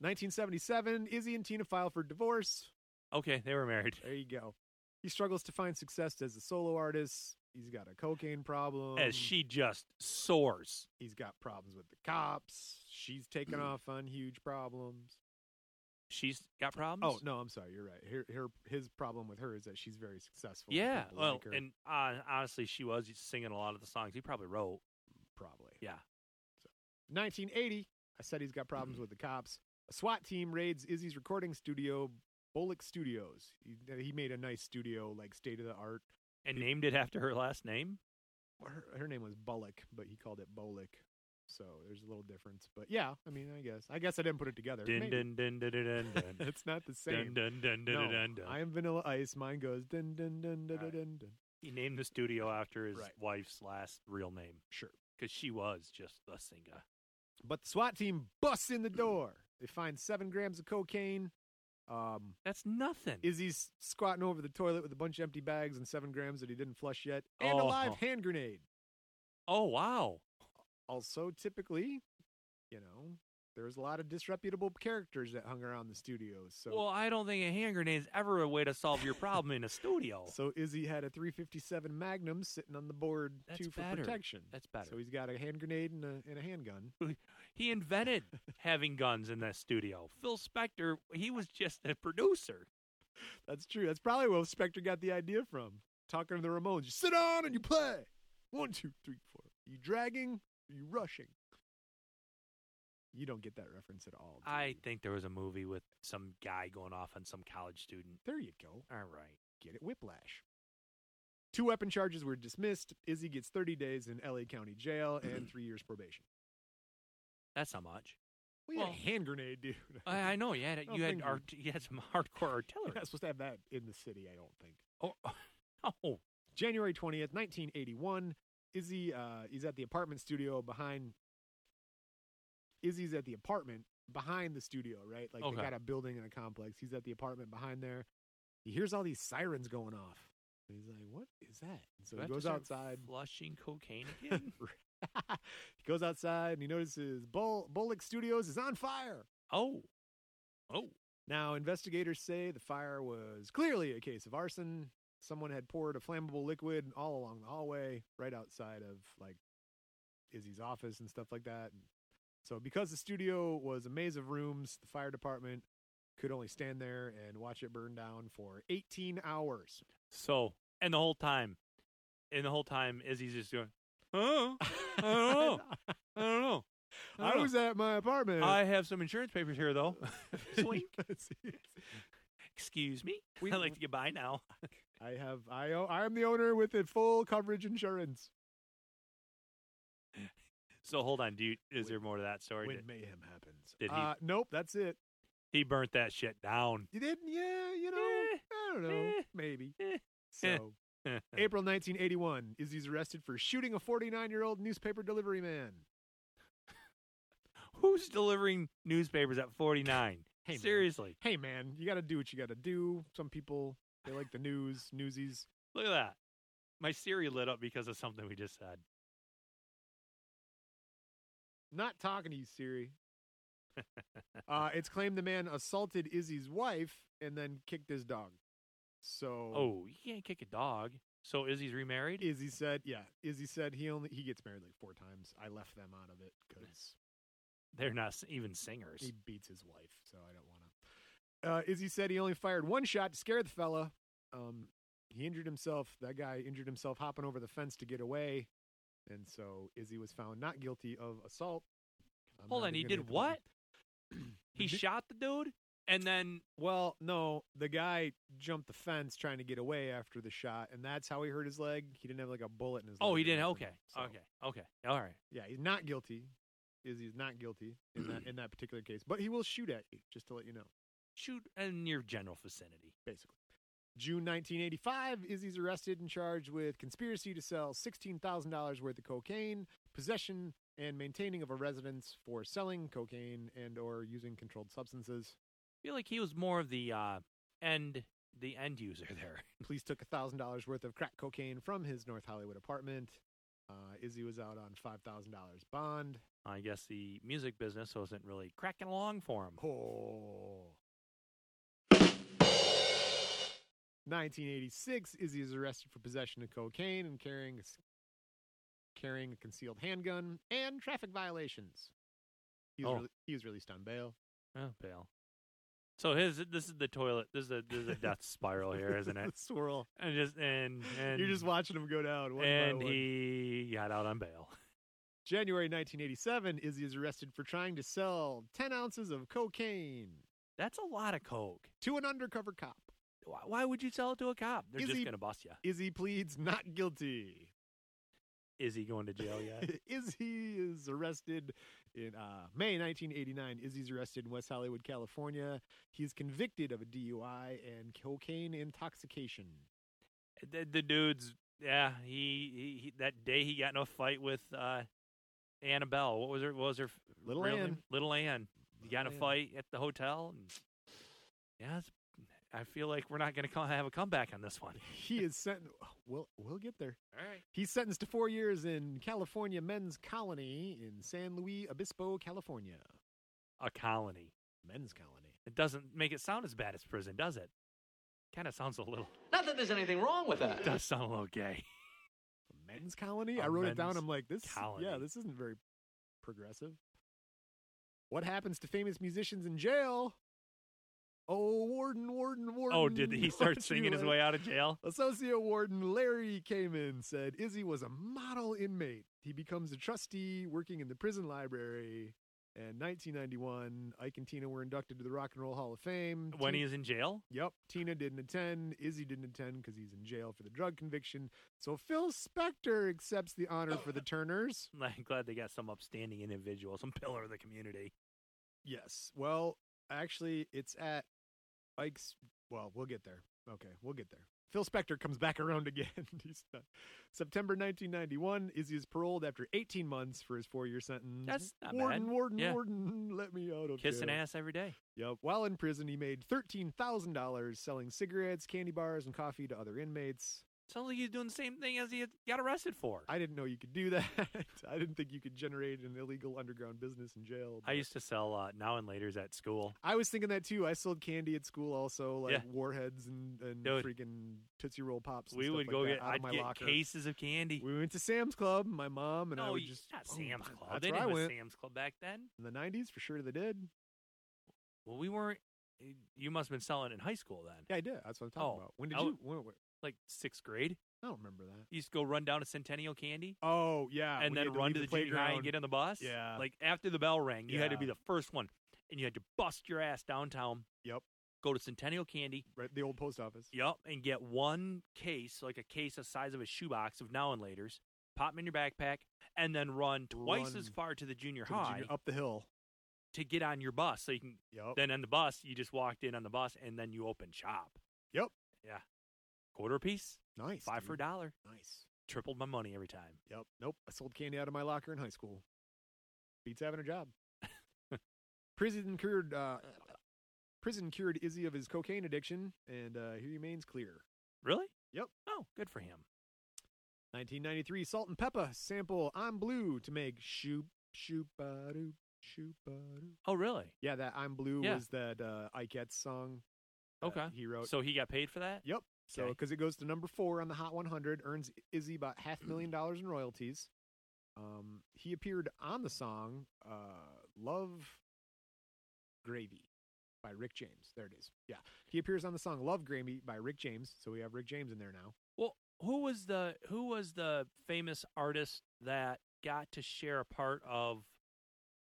S1: 1977, Izzy and Tina file for divorce.
S2: Okay, they were married.
S1: There you go. He struggles to find success as a solo artist. He's got a cocaine problem.
S2: as she just soars.
S1: He's got problems with the cops. She's taken off on huge problems.
S2: She's got problems.
S1: Oh no, I'm sorry. You're right. Her, her his problem with her is that she's very successful. and
S2: Yeah.
S1: people
S2: Well,
S1: like her,
S2: and uh, honestly, she was singing a lot of the songs he probably wrote.
S1: probably.
S2: Yeah.
S1: 1980. I said he's got problems with the cops. A SWAT team raids Izzy's recording studio, Bullock Studios. He, he made a nice studio, like state of the art.
S2: And named it after her last name.
S1: Her, her name was Bullock, but he called it Bullock. So there's a little difference. But yeah, I mean, I guess. I guess I didn't put it together.
S2: Dun
S1: Maybe.
S2: dun dun dun dun dun dun.
S1: it's not the same.
S2: Dun dun dun dun
S1: No,
S2: dun dun. dun.
S1: I am Vanilla Ice. Mine goes dun dun dun dun dun
S2: Alright.
S1: dun. dun.
S2: He named the studio after his
S1: Right.
S2: wife's last real name
S1: Sure.
S2: because she was just a singer.
S1: But the SWAT team busts in the door. They find seven grams of cocaine. Um,
S2: That's nothing.
S1: Izzy's squatting over the toilet with a bunch of empty bags and seven grams that he didn't flush yet, and a live
S2: Oh.
S1: hand grenade.
S2: oh wow.
S1: Also, typically, you know, there's a lot of disreputable characters that hung around the studios. So,
S2: well, I don't think a hand grenade is ever a way to solve your problem in a studio.
S1: so Izzy had a 357 Magnum sitting on the board
S2: That's
S1: too for
S2: better.
S1: protection.
S2: That's better.
S1: So he's got a hand grenade and a, and a handgun.
S2: He invented having guns in that studio. Phil Spector, he was just a producer.
S1: That's true. That's probably where Spectre got the idea from. Talking to the Ramones, you sit on and you play. One, two, three, four. you dragging? Are you rushing? You don't get that reference at all. do
S2: I
S1: you?
S2: think there was a movie with some guy going off on some college student.
S1: There you go.
S2: All right.
S1: Get it, whiplash. Two weapon charges were dismissed. Izzy gets 30 days in LA County Jail and three years probation.
S2: That's not much.
S1: Well, you had
S2: Well-
S1: a hand grenade, dude.
S2: I, I know. You had,
S1: don't
S2: you, had
S1: think we-
S2: art, you had some hardcore
S1: You're
S2: artillery.
S1: not supposed to have that in the city, I don't think.
S2: Oh, oh,
S1: January 20th, 1981. Izzy uh, is at the apartment studio behind. Izzy's at the apartment behind the studio, right? Like
S2: Okay.
S1: they got a building and a complex. He's at the apartment behind there. He hears all these sirens going off. And he's like, what is that? And so he
S2: Do I have to
S1: goes
S2: start
S1: outside.
S2: Flushing cocaine again?
S1: he goes outside and he notices Bull- Bullock Studios is on fire.
S2: oh. Oh.
S1: Now, investigators say the fire was clearly a case of arson. Someone had poured a flammable liquid all along the hallway, right outside of like Izzy's office and stuff like that. So, because the studio was a maze of rooms, the fire department could only stand there and watch it burn down for 18 hours.
S2: So, and the whole time, and the whole time, Izzy's just doing, oh, I don't know. I don't know.
S1: I
S2: don't
S1: was
S2: know.
S1: at my apartment.
S2: I have some insurance papers here, though. Swing. Excuse me.
S1: We-
S2: I'd like to get by now.
S1: I have I o- I am the owner with a full coverage insurance.
S2: So hold on. Do you, is there more to that story?
S1: when
S2: Did-
S1: mayhem happens.
S2: Did he-
S1: uh, nope, that's it.
S2: he burnt that shit down.
S1: You didn't? Yeah, you know,
S2: Eh,
S1: I don't know,
S2: eh,
S1: maybe.
S2: eh,
S1: So, April 1981, Izzy's arrested for shooting a 49 year old newspaper delivery man.
S2: Who's delivering newspapers at 49?
S1: Hey, man.
S2: Seriously.
S1: Hey, man, you got to do what you got to do. Some people, they like the news, newsies.
S2: Look at that. My Siri lit up because of something we just said.
S1: Not talking to you, Siri. uh, it's claimed the man assaulted Izzy's wife and then kicked his dog. So,
S2: Oh, you can't kick a dog. So Izzy's remarried?
S1: Izzy said, yeah, Izzy said he only he gets married like four times. I left them out of it because
S2: They're not s- even singers.
S1: He beats his wife, so I don't want to. Uh, Izzy said he only fired one shot to scare the fella. Um, he injured himself. That guy injured himself hopping over the fence to get away, and so Izzy was found not guilty of assault. I'm
S2: Hold
S1: not
S2: on, he
S1: even gonna
S2: did
S1: get the button.
S2: what? he shot the dude and then
S1: Well, no, the guy jumped the fence trying to get away after the shot, and that's how he hurt his leg. He didn't have like a bullet in his.
S2: Oh,
S1: leg
S2: he
S1: or
S2: didn't.
S1: nothing,
S2: Okay.
S1: so-
S2: Okay. Okay. All right.
S1: Yeah, he's not guilty. Izzy's not guilty in that in that particular case, but he will shoot at you. Just to let you know.
S2: Shoot in your general vicinity.
S1: basically. June 1985, Izzy's arrested and charged with conspiracy to sell $16,000 worth of cocaine, possession and maintaining of a residence for selling cocaine and or using controlled substances.
S2: I feel like he was more of the uh, end the end user there.
S1: Police took $1,000 worth of crack cocaine from his North Hollywood apartment. Uh, Izzy was out on $5,000 bond.
S2: I guess the music business wasn't really cracking along for him.
S1: Oh. 1986, Izzy is arrested for possession of cocaine and carrying a, s- carrying a concealed handgun and traffic violations. He was,
S2: Oh.
S1: rele- he was released on bail.
S2: Oh, bail. So his this is the toilet. This is a this is a death spiral here, isn't it?
S1: Swirl.
S2: And just and and
S1: You're just watching him go down. One
S2: and
S1: by one.
S2: he got out on bail.
S1: January 1987, Izzy is arrested for trying to sell 10 ounces of cocaine
S2: That's a lot of coke.
S1: to an undercover cop.
S2: Why, why would you sell it to a cop? They're
S1: Is
S2: just
S1: he-
S2: gonna bust you.
S1: Izzy pleads not guilty.
S2: Is he going to jail yet?
S1: Izzy is arrested in uh, May 1989. Izzy's arrested in West Hollywood, California. He's convicted of a DUI and cocaine intoxication.
S2: the, the dude's yeah. He, he he that day he got in a fight with uh, Annabelle. What was her what was her f-
S1: Little
S2: real
S1: Ann.
S2: name? Little Ann. He got in
S1: Little
S2: a
S1: Ann.
S2: fight at the hotel. And, yeah, it's, I feel like we're not gonna co- have a comeback on this one.
S1: He is sent. We'll we'll get there.
S2: All right.
S1: He's sentenced to four years in California Men's Colony in San Luis Obispo, California.
S2: A colony.
S1: Men's Colony.
S2: It doesn't make it sound as bad as prison, does it? Kind of sounds a little.
S7: Not that there's anything wrong with that.
S2: Does sound a little gay.
S1: Men's Colony.
S2: A
S1: I wrote it down.
S2: men's
S1: I'm like this. Yeah,
S2: colony.
S1: this isn't very progressive. What happens to famous musicians in jail? Oh, warden, warden, warden.
S2: Oh, did he start
S1: aren't you
S2: singing his
S1: a-
S2: way out of jail?
S1: Associate Warden Larry came in, said Izzy was a model inmate. He becomes a trustee working in the prison library. And 1991, Ike and Tina were inducted to the Rock and Roll Hall of Fame.
S2: When
S1: Ti-
S2: he's in jail?
S1: Yep, Tina didn't attend. Izzy didn't attend because he's in jail for the drug conviction. So Phil Spector accepts the honor for the Turners.
S2: I'm glad they got some upstanding individual, some pillar of the community.
S1: Yes. Well, actually, it's at Ike's. Well, we'll get there. Okay, we'll get there. Phil Spector comes back around again. He's not- September 1991. Izzy is paroled after 18 months for his four-year sentence.
S2: That's not
S1: warden,
S2: bad.
S1: warden,
S2: Yeah.
S1: warden, let me out of
S2: Kissing
S1: jail.
S2: ass every day.
S1: Yep. While in prison, he made thirteen thousand dollars selling cigarettes, candy bars, and coffee to other inmates.
S2: Sounds like he's doing the same thing as he had- got arrested for. I,
S1: I didn't know you could do that. I didn't think you could generate an illegal underground business in jail. but-
S2: used to sell uh, now and later's at school.
S1: I was thinking that too. I sold candy at school, also like
S2: Yeah.
S1: warheads and, and
S2: Dude.
S1: freaking tootsie roll pops. and
S2: we
S1: stuff
S2: would
S1: like
S2: go
S1: that
S2: get
S1: out of
S2: I'd
S1: my
S2: get
S1: locker.
S2: cases of candy.
S1: We went to Sam's Club. My mom and I
S2: no,
S1: would
S2: you-
S1: just
S2: not
S1: boom,
S2: Sam's
S1: boom.
S2: Club.
S1: That's
S2: they
S1: where I
S2: didn't have a
S1: went
S2: Sam's Club back then.
S1: in the nineties for sure. They did.
S2: Well, we weren't. You must have been selling in high school then,
S1: Yeah, I did. That's what I'm talking
S2: Oh,
S1: about. When did
S2: I
S1: you?
S2: w-
S1: When, when-
S2: like sixth grade.
S1: I don't remember that.
S2: You used to go run down to Centennial Candy.
S1: Oh yeah,
S2: and
S1: when you
S2: then
S1: had
S2: run
S1: leave
S2: to the, junior high and
S1: playground.
S2: get on the bus.
S1: Yeah.
S2: Like after the bell rang, you had to be
S1: Yeah.
S2: the first one, and you had to bust your ass downtown.
S1: Yep.
S2: Go to Centennial Candy.
S1: right the old post office.
S2: Yep, and get one case, like a case the size of a shoebox of now and later's. Pop 'em in your backpack, and then run twice as
S1: Run
S2: far to the junior
S1: To the
S2: high
S1: junior- up the hill.
S2: to get on your bus. So you can
S1: Yep.
S2: then on the bus, you just walked in on the bus, and then you open shop.
S1: Yep.
S2: Yeah, quarter piece,
S1: nice.
S2: five for a
S1: dude.
S2: dollar.
S1: Nice.
S2: Tripled my money every time.
S1: Yep. Nope. I sold candy out of my locker in high school. Beats having a job. prison cured. Uh, prison cured Izzy of his cocaine addiction, and uh, he remains clear.
S2: Really?
S1: Yep.
S2: Oh, good for him.
S1: 1993, Salt and Pepper sample "I'm Blue" to make "Shoop Shoop Ba Doop Shoop Ba Doop."
S2: Oh, really?
S1: Yeah, that "I'm Blue"
S2: Yeah.
S1: was that uh, Ike Etz song. that
S2: Okay.
S1: he wrote.
S2: So he got paid for that.
S1: Oh. Yep. So
S2: Okay.
S1: because it goes to number four on the Hot 100, earns Izzy about half a million dollars in royalties. Um, he appeared on the song uh, "Love Gravy" by Rick James. There it is. Yeah, he appears on the song "Love Gravy" by Rick James. So we have Rick James in there now.
S2: Well, who was the who was the famous artist that got to share a part of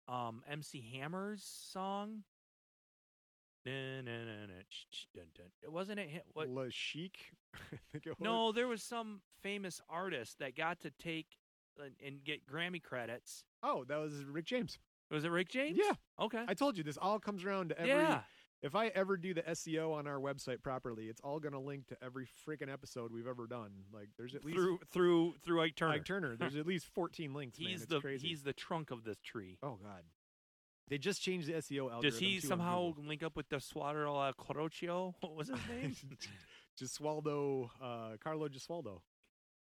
S2: um MC Hammer's song? Na, na, na, na, ch- ch- dun, dun. Wasn't it him? What?
S1: La Chic. I think it was.
S2: No, there was some famous artist that got to take and, and get Grammy credits.
S1: Oh, that was Rick James.
S2: Was it Rick James?
S1: Yeah.
S2: Okay.
S1: I told you this all comes around to every.
S2: yeah.
S1: If I ever do the SEO on our website properly, it's all going to link to every freaking episode we've ever done. Like, there's at least
S2: Through through through Ike Turner.
S1: Ike Turner. There's at least 14 links. man.
S2: he's
S1: It's
S2: the
S1: crazy.
S2: he's the trunk of this tree.
S1: oh god. They just changed the SEO algorithm.
S2: Does he
S1: too on
S2: somehow
S1: Google.
S2: link up with the swatter uh, Corocio? What was his name?
S1: Gesualdo, uh, Carlo Gesualdo?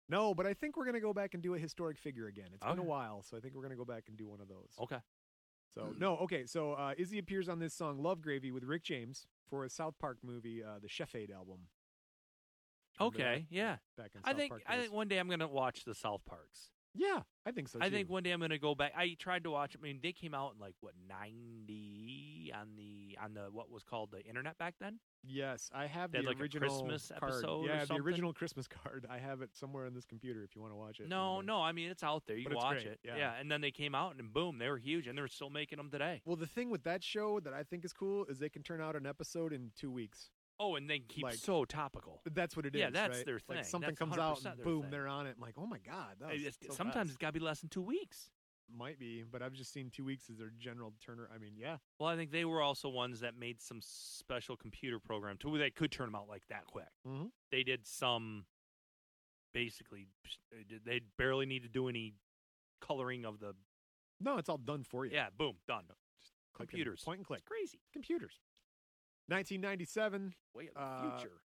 S1: No, but I think we're gonna go back and do a historic figure again. It's been a
S2: Okay. Oh.
S1: while, so I think we're gonna go back and do one of those.
S2: okay.
S1: So no, okay. So uh, Izzy appears on this song "Love Gravy" with Rick James for a South Park movie, uh, the Chef Aid album. Remember that?
S2: Okay, yeah.
S1: Back in South
S2: I think
S1: Park
S2: I
S1: days.
S2: think one day I'm gonna watch the South Parks.
S1: yeah, I think so.
S2: I think
S1: too.
S2: one day I'm gonna go back. I tried to watch. I mean, they came out in like what ninety on the on the what was called the internet back then.
S1: Yes, I have
S2: They
S1: the
S2: had, like, a
S1: original
S2: Christmas
S1: card.
S2: episode or
S1: Yeah, the
S2: something?
S1: original Christmas card. I have it somewhere on this computer if you want to watch it.
S2: No,
S1: sometime.
S2: no, I mean it's out there. You
S1: But
S2: can
S1: it's
S2: watch
S1: great,
S2: it.
S1: yeah.
S2: and then they came out and boom, they were huge, and they're still making them today.
S1: Well, the thing with that show that I think is cool is they can turn out an episode in two weeks.
S2: Oh, and they keep
S1: Like-
S2: so topical.
S1: That's what it is.
S2: Yeah, that's
S1: right?
S2: their
S1: Like
S2: thing.
S1: something
S2: That's
S1: comes out
S2: 100%
S1: and
S2: their
S1: boom,
S2: thing.
S1: they're on it. I'm like, oh my god, that was
S2: It's-
S1: so
S2: sometimes
S1: fast."
S2: it's got to be less than two weeks.
S1: might be, but I've just seen two weeks as their general turner. I mean, yeah,
S2: Well, I think they were also ones that made some special computer program to where they could turn them out like that quick.
S1: Mhm.
S2: They did some, basically, psh, they did- they barely need to do any coloring of the.
S1: no, it's all done for you.
S2: Yeah, boom, done.
S1: Click and-
S2: computers.
S1: point and click,
S2: It's crazy.
S1: computers. 1997,
S2: Way of the
S1: Uh,
S2: future.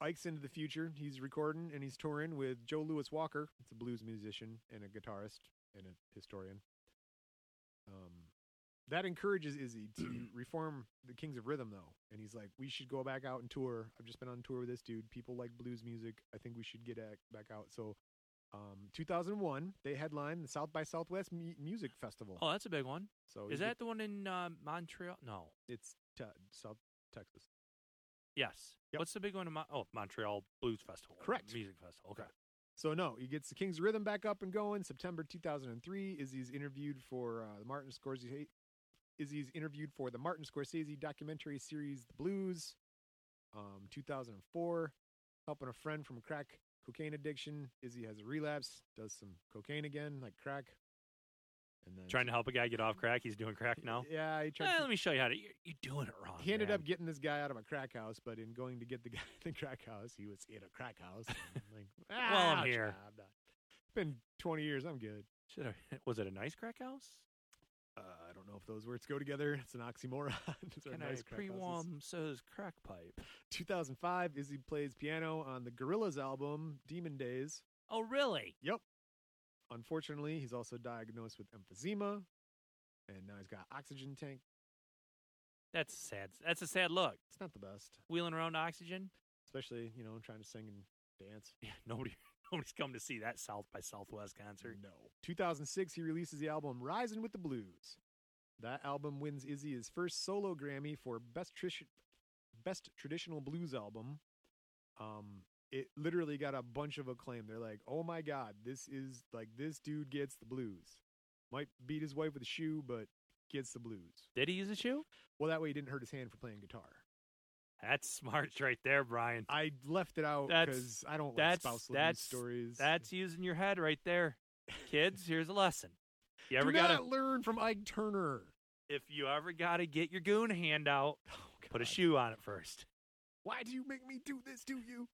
S1: Ike's into the future. He's recording and he's touring with Joe Lewis Walker. It's a blues musician and a guitarist and a historian. Um, that encourages Izzy to reform the Kings of Rhythm, though. And he's like, we should go back out and tour. I've just been on tour with this dude. People like blues music. I think we should get ac- back out. So, um, 2001, they headlined the South by Southwest mu- Music Festival.
S2: Oh, that's a big one.
S1: so
S2: Is
S1: Izzy-
S2: that the one in uh, Montreal? No.
S1: It's te- South Texas.
S2: Yes.
S1: Yep.
S2: What's the big one in Mon- Oh, Montreal Blues Festival.
S1: Correct.
S2: Music festival. Okay.
S1: So no, he gets the King's Rhythm back up and going. September 2003, Izzy's interviewed for uh, the Martin Scorsese. Izzy's interviewed for the Martin Scorsese documentary series The Blues. Um, 2004, helping a friend from crack cocaine addiction. Izzy has a relapse, does some cocaine again, like crack. And then
S2: Trying to help a guy get off crack. He's doing crack now.
S1: Yeah, he
S2: Eh,
S1: tried. to-
S2: let me show you how to. You're, you're doing it wrong.
S1: he ended
S2: man.
S1: up getting this guy out of a crack house, but in going to get the guy in the crack house, he was in a crack house. And I'm like,
S2: Well, I'm
S1: "Ouch,
S2: here."
S1: nah, I'm not. It's been 20 years. I'm good.
S2: Should I- was it a nice crack house?
S1: Uh, I don't know if those words go together. It's an oxymoron. It's a
S2: Can
S1: nice crack
S2: I
S1: houses.
S2: pre-warm so's crack pipe?
S1: 2005, Izzy plays piano on the Gorillaz album Demon Days.
S2: Oh, really?
S1: Yep. Unfortunately, he's also diagnosed with emphysema, and now he's got oxygen tank.
S2: That's sad. That's a sad look.
S1: It's not the best,
S2: Wheeling around oxygen.
S1: especially you know trying to sing and dance.
S2: Yeah, nobody, nobody's come to see that South by Southwest concert.
S1: No. 2006, he releases the album Rising with the Blues. That album wins Izzy his first solo Grammy for Best, Trish- Best Traditional Blues Album. Um, it literally got a bunch of acclaim. They're like, oh my God, this is like, this dude gets the blues. Might beat his wife with a shoe, but gets the blues.
S2: Did he use a shoe?
S1: Well, that way he didn't hurt his hand for playing guitar.
S2: That's smart, right there, Brian.
S1: I left it out
S2: That's-
S1: because I don't like
S2: that's
S1: spousal abuse
S2: that's
S1: stories.
S2: That's using your head right there, kids. Here's a lesson. You ever
S1: Do
S2: got
S1: not learn from Ike Turner.
S2: if you ever got to get your goon hand out, put
S1: Oh
S2: a
S1: God.
S2: shoe on it first.
S1: Why do you make me do this to you?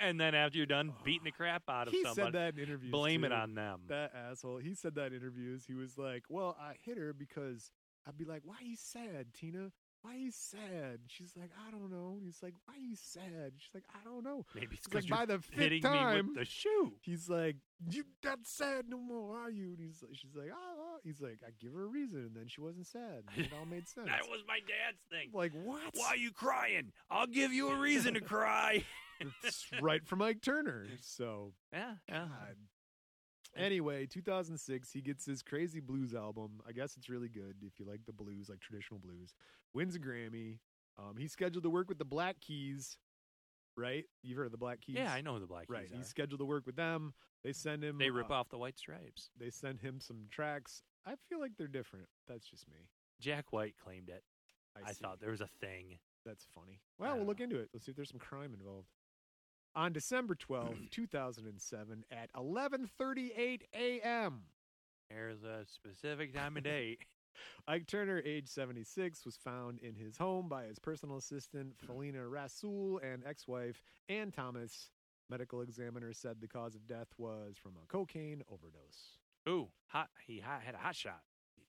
S2: and then after you're done beating the crap out of
S1: he
S2: someone,
S1: said that in interviews.
S2: blame it
S1: too.
S2: on them.
S1: that asshole. He said that in interviews. He was like, "Well, I hit her because I'd be like, why you sad, Tina? Why you sad?" She's like, "I don't know." And he's like, "Why you sad?" She's like, "I don't know."
S2: Maybe it's
S1: He's like,
S2: because you're
S1: "By the fifth
S2: hitting me
S1: time."
S2: with the shoe.
S1: He's like, "You not sad no more, are you?" And he's like, "She's like, ah." ah." He's like, "I give her a reason, and then she wasn't sad. And it all made sense."
S2: That was my dad's thing.
S1: like what?
S2: Why are you crying? I'll give you a reason to cry.
S1: It's right from Mike Turner. So
S2: yeah, yeah.
S1: God. Anyway, 2006, he gets his crazy blues album. I guess it's really good if you like the blues, like traditional blues. Wins a Grammy. Um, he's scheduled to work with the Black Keys, right? You've heard of the Black Keys?
S2: yeah, I know who the black
S1: Right.
S2: keys
S1: He's
S2: are.
S1: scheduled to work with them. They send him.
S2: They rip
S1: uh,
S2: off the white stripes.
S1: They send him some tracks. I feel like they're different. That's just me.
S2: Jack White claimed it. I,
S1: see.
S2: thought there was a thing.
S1: That's funny. Well, we'll
S2: don't
S1: look
S2: know.
S1: into it. Let's see if there's some crime involved. On December twelfth, two 2007, at 11:38 a.m.,
S2: There's a specific time of day.
S1: Ike Turner, age 76, was found in his home by his personal assistant, Felina Rasool, and ex wife, Ann Thomas. Medical examiner said the cause of death was from a cocaine overdose.
S2: Ooh, hot. He hot, had a hot shot.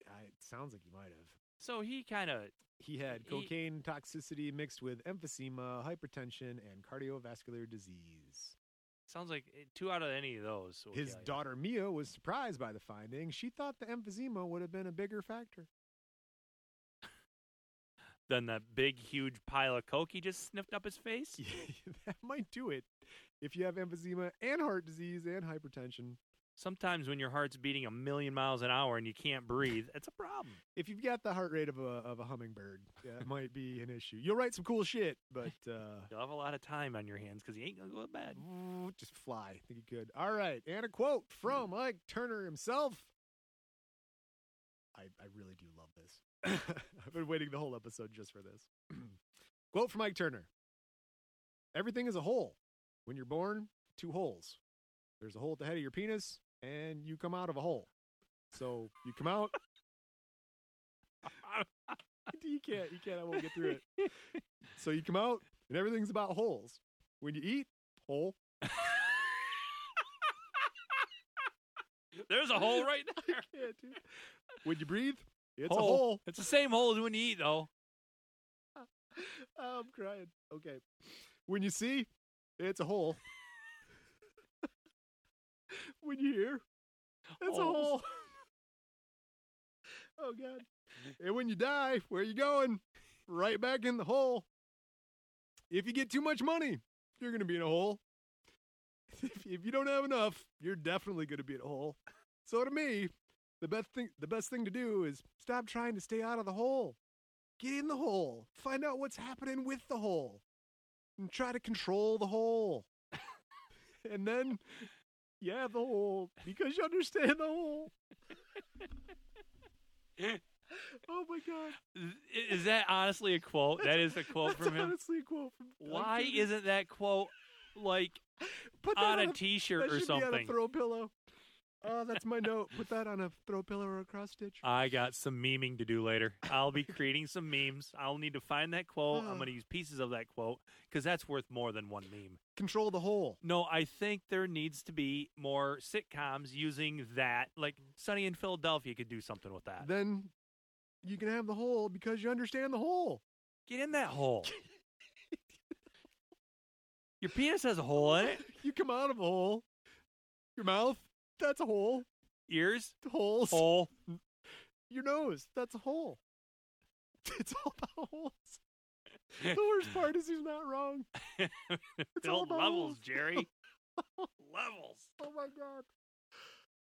S1: I, it sounds like he might have.
S2: So he kind of
S1: He had
S2: He-
S1: cocaine toxicity mixed with emphysema, hypertension, and cardiovascular disease.
S2: sounds like eh, two out of any of those. will
S1: His
S2: kill ya.
S1: daughter Mia was surprised by the finding. She thought the emphysema would have been a bigger factor.
S2: than the big, huge pile of coke he just sniffed up his face?
S1: that might do it. If you have emphysema and heart disease and hypertension,
S2: Sometimes when your heart's beating a million miles an hour and you can't breathe, it's a problem.
S1: if you've got the heart rate of a of a hummingbird, that might be an issue. You'll write some cool shit, but uh,
S2: You'll have a lot of time on your hands because you ain't gonna go to bed.
S1: ooh, just fly. I think you could. All right, and a quote from Ike Turner himself. I I really do love this. I've been waiting the whole episode just for this. quote from Ike Turner. Everything is a hole. When you're born, two holes. There's a hole at the head of your penis, and you come out of a hole. So you come out. you can't. You can't. I won't get through it. So you come out, and everything's about holes. When you eat, hole.
S2: There's a hole right there.
S1: Yeah, dude. When you breathe, it's a
S2: Hole.
S1: hole.
S2: It's the same hole as when you eat, though.
S1: Oh, I'm crying. Okay. When you see, it's a hole. when you hear, it's a
S2: Holes.
S1: hole. oh God. And when you die, where you going? Right back in the hole. If you get too much money, you're gonna be in a hole. If, if you don't have enough, you're definitely gonna be in a hole. So to me, the best thing the best thing to do is stop trying to stay out of the hole. Get in the hole. Find out what's happening with the hole. And try to control the hole. and then you have the hole because you understand the hole. oh my god.
S2: I- Is that honestly a quote? That is a quote
S1: That's
S2: from him.
S1: honestly a quote from Doug
S2: Why
S1: Peterson.
S2: isn't that quote like
S1: Put that
S2: on a
S1: a-
S2: T-shirt
S1: that
S2: or
S1: should Be on a
S2: something?
S1: throw pillow. Oh, that's my note. Put that on a throw pillow or a cross stitch.
S2: I got some memeing to do later. I'll be creating some memes. I'll need to find that quote.
S1: Oh.
S2: I'm going to use pieces of that quote because that's worth more than one meme.
S1: Control the hole.
S2: No, I think there needs to be more sitcoms using that. Like Sunny in Philadelphia could do something with that.
S1: Then you can have the hole because you understand the hole.
S2: Get in that hole. Your penis has a hole in it.
S1: You come out of a hole. Your mouth, that's a hole.
S2: Ears,
S1: Holes.
S2: hole.
S1: Your nose, that's a hole. It's all about holes. The worst part is he's not wrong. It's all
S2: Build
S1: about
S2: levels,
S1: holes.
S2: Jerry. levels.
S1: Oh my god.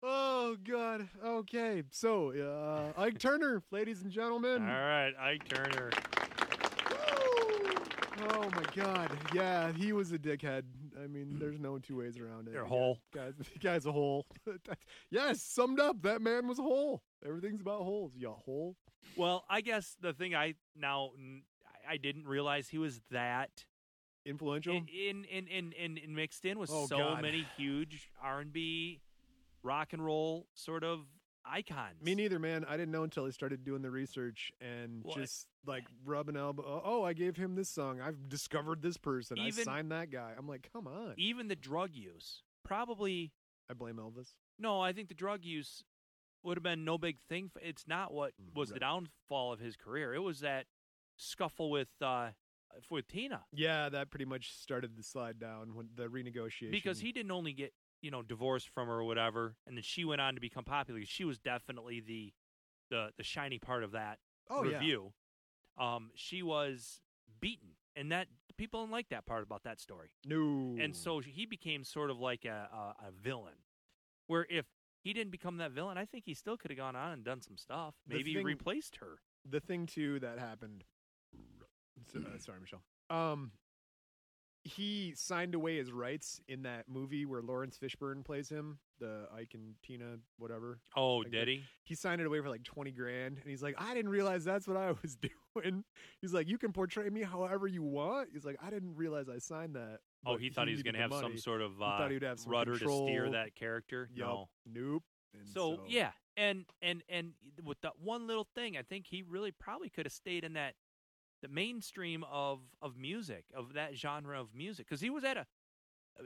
S1: Oh god. Okay. So, uh, Ike Turner, ladies and
S2: All
S1: gentlemen.
S2: right, Ike Turner.
S1: Woo! Oh my god. Yeah, he was a dickhead. I mean, there's no two ways around it.
S2: Your hole.
S1: Guys, the guy's a hole. That- yes, summed up. That man was a hole. Everything's about holes. You a hole?
S2: Well, I guess the thing I now n- I- I didn't realize he was that
S1: Influential.
S2: in in in, in, in, in mixed in with
S1: Oh,
S2: so
S1: God.
S2: many huge R and B, rock and roll sort of icons.
S1: Me neither, man. I didn't know until I started doing the research and
S2: Well, I-
S1: just like rubbing elbow. Oh, I gave him this song. I've discovered this person. I
S2: Even- E
S1: signed that guy. I'm like, come on.
S2: Even the drug use, probably
S1: I blame Elvis.
S2: no. I think the drug use would have been no big thing. For, it's not what
S1: Mm,
S2: was the
S1: right.
S2: downfall of his career. It was that scuffle with uh with Tina.
S1: Yeah, that pretty much started the slide down when the renegotiation.
S2: because he didn't only get you know divorced from her or whatever and then she went on to become popular she was definitely the the the shiny part of that
S1: oh
S2: review um she was beaten and that people didn't like that part about that story
S1: yeah, no,
S2: and so he became sort of like a, a a villain where if he didn't become that villain i think he still could have gone on and done some stuff
S1: The
S2: maybe
S1: thing-
S2: replaced her
S1: the thing too that happened. So- uh, sorry, Michelle. Um, he signed away his rights in that movie where Lawrence Fishburne plays him, the Ike and Tina, whatever.
S2: oh
S1: Like, did
S2: he
S1: he signed it away for like 20 grand and he's like i didn't realize that's what i was doing he's like you can portray me however you want he's like i didn't realize i signed that
S2: oh
S1: but
S2: he thought he, was
S1: needed
S2: going to
S1: the
S2: have some
S1: money.
S2: sort of
S1: thought
S2: uh,
S1: he would have some
S2: rudder to steer
S1: control.
S2: that character
S1: Yup.
S2: no
S1: nope And
S2: So, yeah, and and and with that one little thing, I think he really probably could have stayed in that the mainstream of of music of that genre of music because he was at a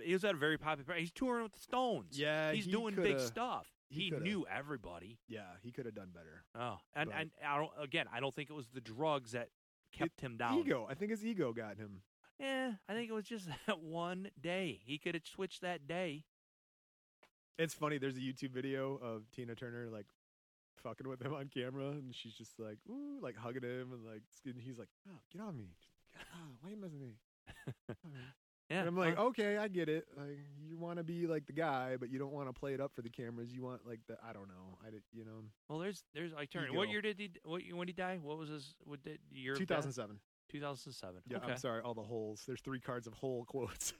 S2: he was at a very popular. He's touring with the Stones.
S1: Yeah,
S2: he's
S1: he
S2: doing big
S1: coulda-
S2: stuff.
S1: he
S2: He,
S1: coulda.
S2: knew everybody.
S1: yeah he could have done better
S2: Oh, and
S1: Right.
S2: and I don't again. I don't think it was the drugs that kept him down.
S1: ego i think his ego got him
S2: Yeah, I think it was just that one day. He could have switched that day.
S1: it's funny there's a youtube video of tina turner like fucking with him on camera, and she's just like, ooh, like hugging him, and like, and he's like, oh, get off me, oh, why are you messing with me?
S2: Yeah,
S1: And I'm like, "Oh."
S2: huh?
S1: okay, I get it. Like, you want to be like the guy, but you don't want to play it up for the cameras. You want like the I don't know, I did, you know,
S2: well, there's there's like turn. What
S1: go.
S2: year did he? What when he die? What was his? What did year?
S1: 2007.
S2: Two thousand seven.
S1: Yeah,
S2: okay.
S1: I'm sorry, all the holes. There's three cards of hole quotes.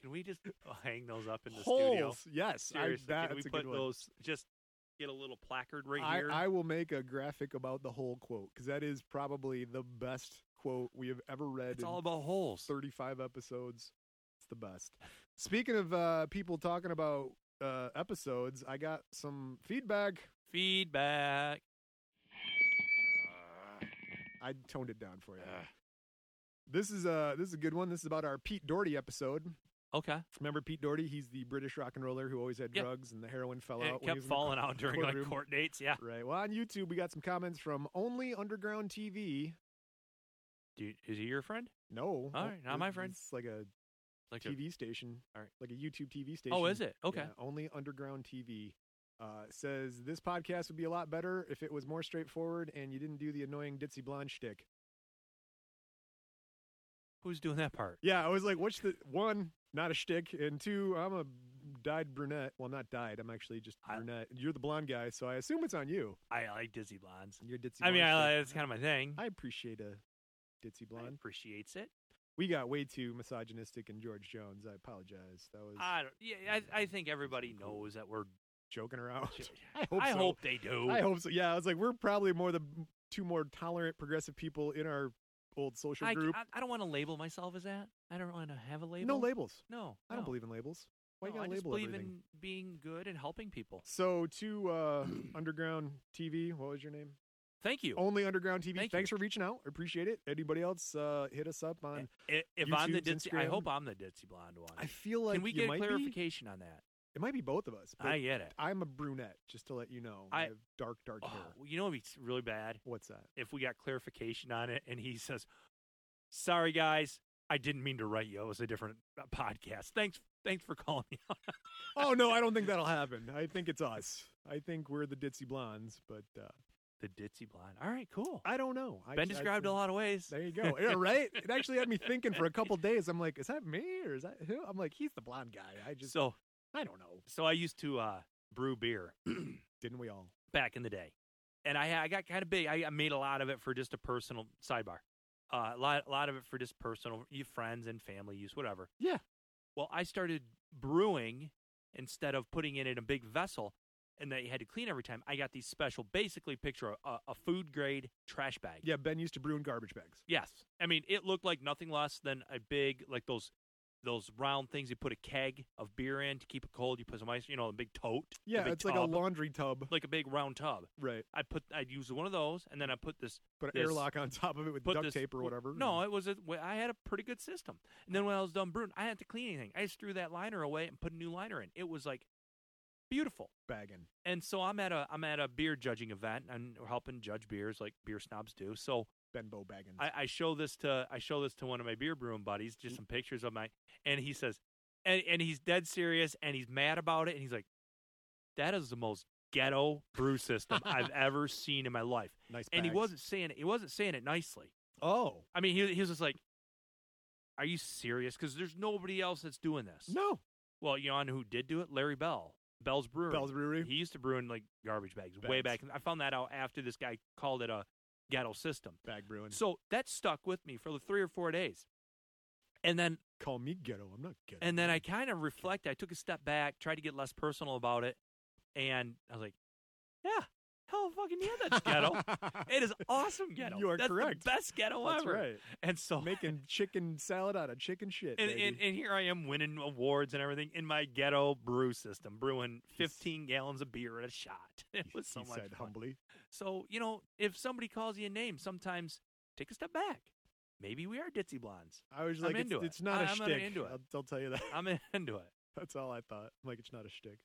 S2: Can we just hang those up in the studio?
S1: holes, yes. I,
S2: Seriously,
S1: that-
S2: can we
S1: that's a
S2: put
S1: good one.
S2: those? Just get a little placard right
S1: I,
S2: here.
S1: I will make a graphic about the whole quote because that is probably the best quote we have ever read
S2: it's
S1: in
S2: all about holes.
S1: 35 episodes. It's the best. Speaking of uh, people talking about uh, episodes, I got some feedback.
S2: Feedback.
S1: I toned it down for you. This is a this is a good one. This is about our Pete Doherty episode.
S2: Okay.
S1: Remember Pete Doherty? He's the British rock and roller who always had
S2: Yeah.
S1: drugs and the heroin fell
S2: It
S1: out. when he
S2: kept
S1: was in the
S2: falling out during like
S1: courtroom.
S2: court dates. Yeah.
S1: Right. Well, on YouTube, we got some comments from Only Underground TV.
S2: Dude, is he your friend?
S1: No.
S2: All
S1: oh,
S2: right, not my
S1: it's-
S2: friend.
S1: It's like a
S2: Like a-
S1: TV station.
S2: All right.
S1: Like a YouTube TV station.
S2: Oh, is it? Okay.
S1: Yeah, only Underground TV. Uh, says this podcast would be a lot better if it was more straightforward and you didn't do the annoying ditzy blonde shtick.
S2: Who's doing that part?
S1: Yeah, I was like, what's the one? Not a shtick, and two, I'm a dyed brunette. Well, not dyed. I'm actually just
S2: I-
S1: brunette. You're the blonde guy, so I assume it's on you.
S2: I like Dizzy Blondes.
S1: You're ditzy.
S2: I mean,
S1: blonde
S2: I,
S1: shtick.
S2: it's kind of my thing.
S1: I appreciate a ditzy
S2: I
S1: blonde.
S2: appreciates it.
S1: We got way too misogynistic in George Jones. I apologize. That was
S2: I don't. Yeah, I, I think everybody knows that we're.
S1: joking around.
S2: I
S1: hope so.
S2: they do.
S1: I hope so. Yeah, I was like, we're probably more the two more tolerant progressive people in our old social
S2: I,
S1: group.
S2: I, I don't want to label myself as that. I don't want to have a label.
S1: No labels.
S2: No,
S1: I don't
S2: no.
S1: believe in labels. Why
S2: No,
S1: you gotta
S2: I just
S1: label
S2: believe
S1: everything?
S2: in being good and helping people.
S1: So to uh, Underground TV, what was your name?
S2: Thank you.
S1: Only Underground TV.
S2: Thank you.
S1: Thanks for reaching out. Appreciate it. Anybody else uh, hit us up
S2: Eh,
S1: on?
S2: I- if I'm the
S1: YouTube's
S2: ditzy, I
S1: Instagram.
S2: hope I'm the ditzy blonde one.
S1: I feel like
S2: Can we
S1: you
S2: get
S1: might Be,
S2: clarification on that?
S1: it might be both of us. But
S2: I get it.
S1: I'm a brunette, just to let you know. I,
S2: I-
S1: have dark, dark
S2: Oh,
S1: hair.
S2: you know, it'd be really bad
S1: What's that?
S2: if we got clarification on it, and he says, "Sorry, guys, I didn't mean to write you. It was a different uh, podcast. Thanks, thanks for calling me out."
S1: Oh no, I don't think that'll happen. I think it's us. I think we're the ditzy blondes, but uh,
S2: The ditzy blonde. All right, cool.
S1: I don't know. I
S2: Been
S1: just- I
S2: described a
S1: think-
S2: lot of ways.
S1: There you go. Yeah, right. It actually had me thinking for a couple days. I'm like, is that me or is that who? I'm like, he's the blonde guy. I just,
S2: So,
S1: I don't know.
S2: so I used to uh, brew beer
S1: Didn't we all?
S2: back in the day, and I I got kind of big. I I made a lot of it for just a personal sidebar. Uh, a lot, a lot of it for just personal, you friends and family use, whatever.
S1: Yeah.
S2: Well, I started brewing instead of putting it in a big vessel and that you had to clean every time. I got these special, basically, picture a, a food grade trash bag.
S1: Yeah. Ben used to brew in garbage bags.
S2: Yes. I mean, it looked like nothing less than a big, like those those round things you put a keg of beer in to keep it cold. You put some ice, you know, a big tote. a
S1: Yeah,
S2: big
S1: it's like a
S2: tub,
S1: laundry tub.
S2: like a big round tub.
S1: Right.
S2: I put, I'd use one of those, and then I put this
S1: Put an
S2: this-
S1: airlock on top of it with
S2: put
S1: duct
S2: this-
S1: tape or
S2: w-
S1: whatever.
S2: No, it was a, w- I had a pretty good system. And then when I was done brewing, I didn't have to clean anything. I just threw that liner away and put a new liner in. It was like beautiful.
S1: bagging.
S2: And so I'm at a I'm at a beer judging event and we're helping judge beers like beer snobs do. So
S1: Ben Bow bagging.
S2: I, I show this to I show this to one of my beer brewing buddies, just some pictures of my and he says and, and he's dead serious and he's mad about it and he's like, That is the most ghetto brew system I've ever seen in my life.
S1: nice.
S2: And he
S1: bags.
S2: wasn't saying it he wasn't saying it nicely.
S1: Oh
S2: I mean, he, he was just like, "Are you serious? Because there's nobody else that's doing this."
S1: no.
S2: Well, you know on who did do it? Larry Bell, Bell's Brewery.
S1: Bell's Brewery.
S2: He used to brew in like garbage bags, way
S1: Bags.
S2: back. I found that out after this guy called it a ghetto system.
S1: Bag brewing.
S2: So that stuck with me for the three or four days, and then
S1: Call me ghetto. I'm not ghetto.
S2: and then I kind of reflect. I took a step back, tried to get less personal about it, and I was like, "Yeah, hell, fucking yeah, that's ghetto. it is awesome ghetto.
S1: You are
S2: That's the
S1: correct.
S2: best ghetto
S1: That's
S2: ever."
S1: right.
S2: And so
S1: Making chicken salad out of chicken shit.
S2: and,
S1: baby.
S2: and, and here I am winning awards and everything in my ghetto brew system, brewing 15 gallons of beer at a shot. It
S1: He-
S2: was so
S1: he
S2: much
S1: said
S2: fun.
S1: humbly.
S2: So, you know, if somebody calls you a name, sometimes take a step back. Maybe we are ditzy blondes.
S1: I was
S2: I'm
S1: like,
S2: into
S1: it's,
S2: it.
S1: it's not a
S2: I- I'm
S1: shtick.
S2: into it.
S1: I'll, I'll tell you that.
S2: I'm into it.
S1: That's all I thought. I'm like, it's not a shtick.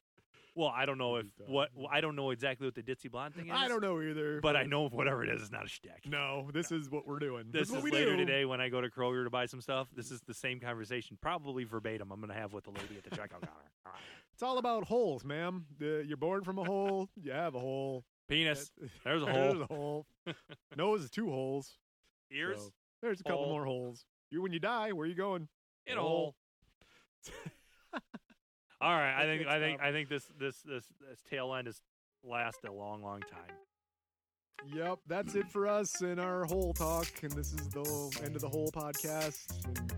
S2: Well, I don't know if
S1: Ditzy blonde.
S2: what well, I don't know exactly what the ditzy blonde thing is.
S1: I don't know either.
S2: but I know whatever it is, it's not a shtick.
S1: no, this is what we're doing.
S2: This
S1: is what
S2: is
S1: we
S2: later
S1: do.
S2: today when I go to Kroger to buy some stuff. This is the same conversation, probably verbatim. I'm going to have with the lady at the checkout counter.
S1: It's all about holes, ma'am. The, you're born from a hole. You have a hole.
S2: Penis.
S1: That-
S2: There's a
S1: There's
S2: hole.
S1: a hole. Nose is two holes.
S2: Ears
S1: So, there's a couple
S2: hole.
S1: more holes. You when you die, where you going?
S2: in a hole. All right, I think
S1: Okay,
S2: I think
S1: stop.
S2: I think this this this this tail end is last a long long time.
S1: Yep, that's it for us in our whole talk, and this is the end of the whole podcast. And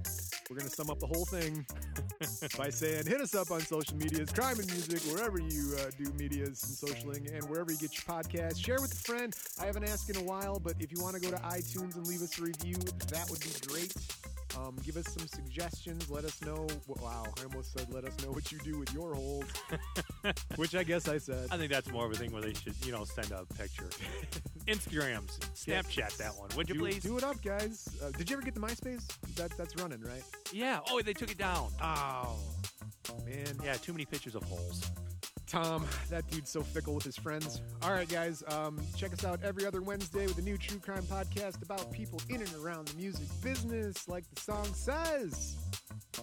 S1: we're gonna sum up the whole thing by saying, hit us up on social medias, crime and music, wherever you uh, do medias and socialing, and wherever you get your podcast. Share with a friend. I haven't asked in a while, but if you want to go to iTunes and leave us a review, that would be great. Um, give us some suggestions. Let us know. Wow, I almost said let us know what you do with your holes, which I guess I said.
S2: I think that's more of a thing where they should you know send a picture. Instagrams, Snapchat that one. Would you
S1: Do,
S2: please?
S1: do it up, guys. Uh, did you ever get the MySpace? That, that's running, right?
S2: Yeah. Oh, they took it down.
S1: Oh, man.
S2: Yeah, too many pictures of holes.
S1: Tom, that dude's so fickle with his friends. All right, guys, um, check us out every other Wednesday with a new true crime podcast about people in and around the music business, like the song says.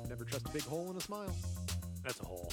S1: Never trust a big hole in a smile.
S2: That's a hole.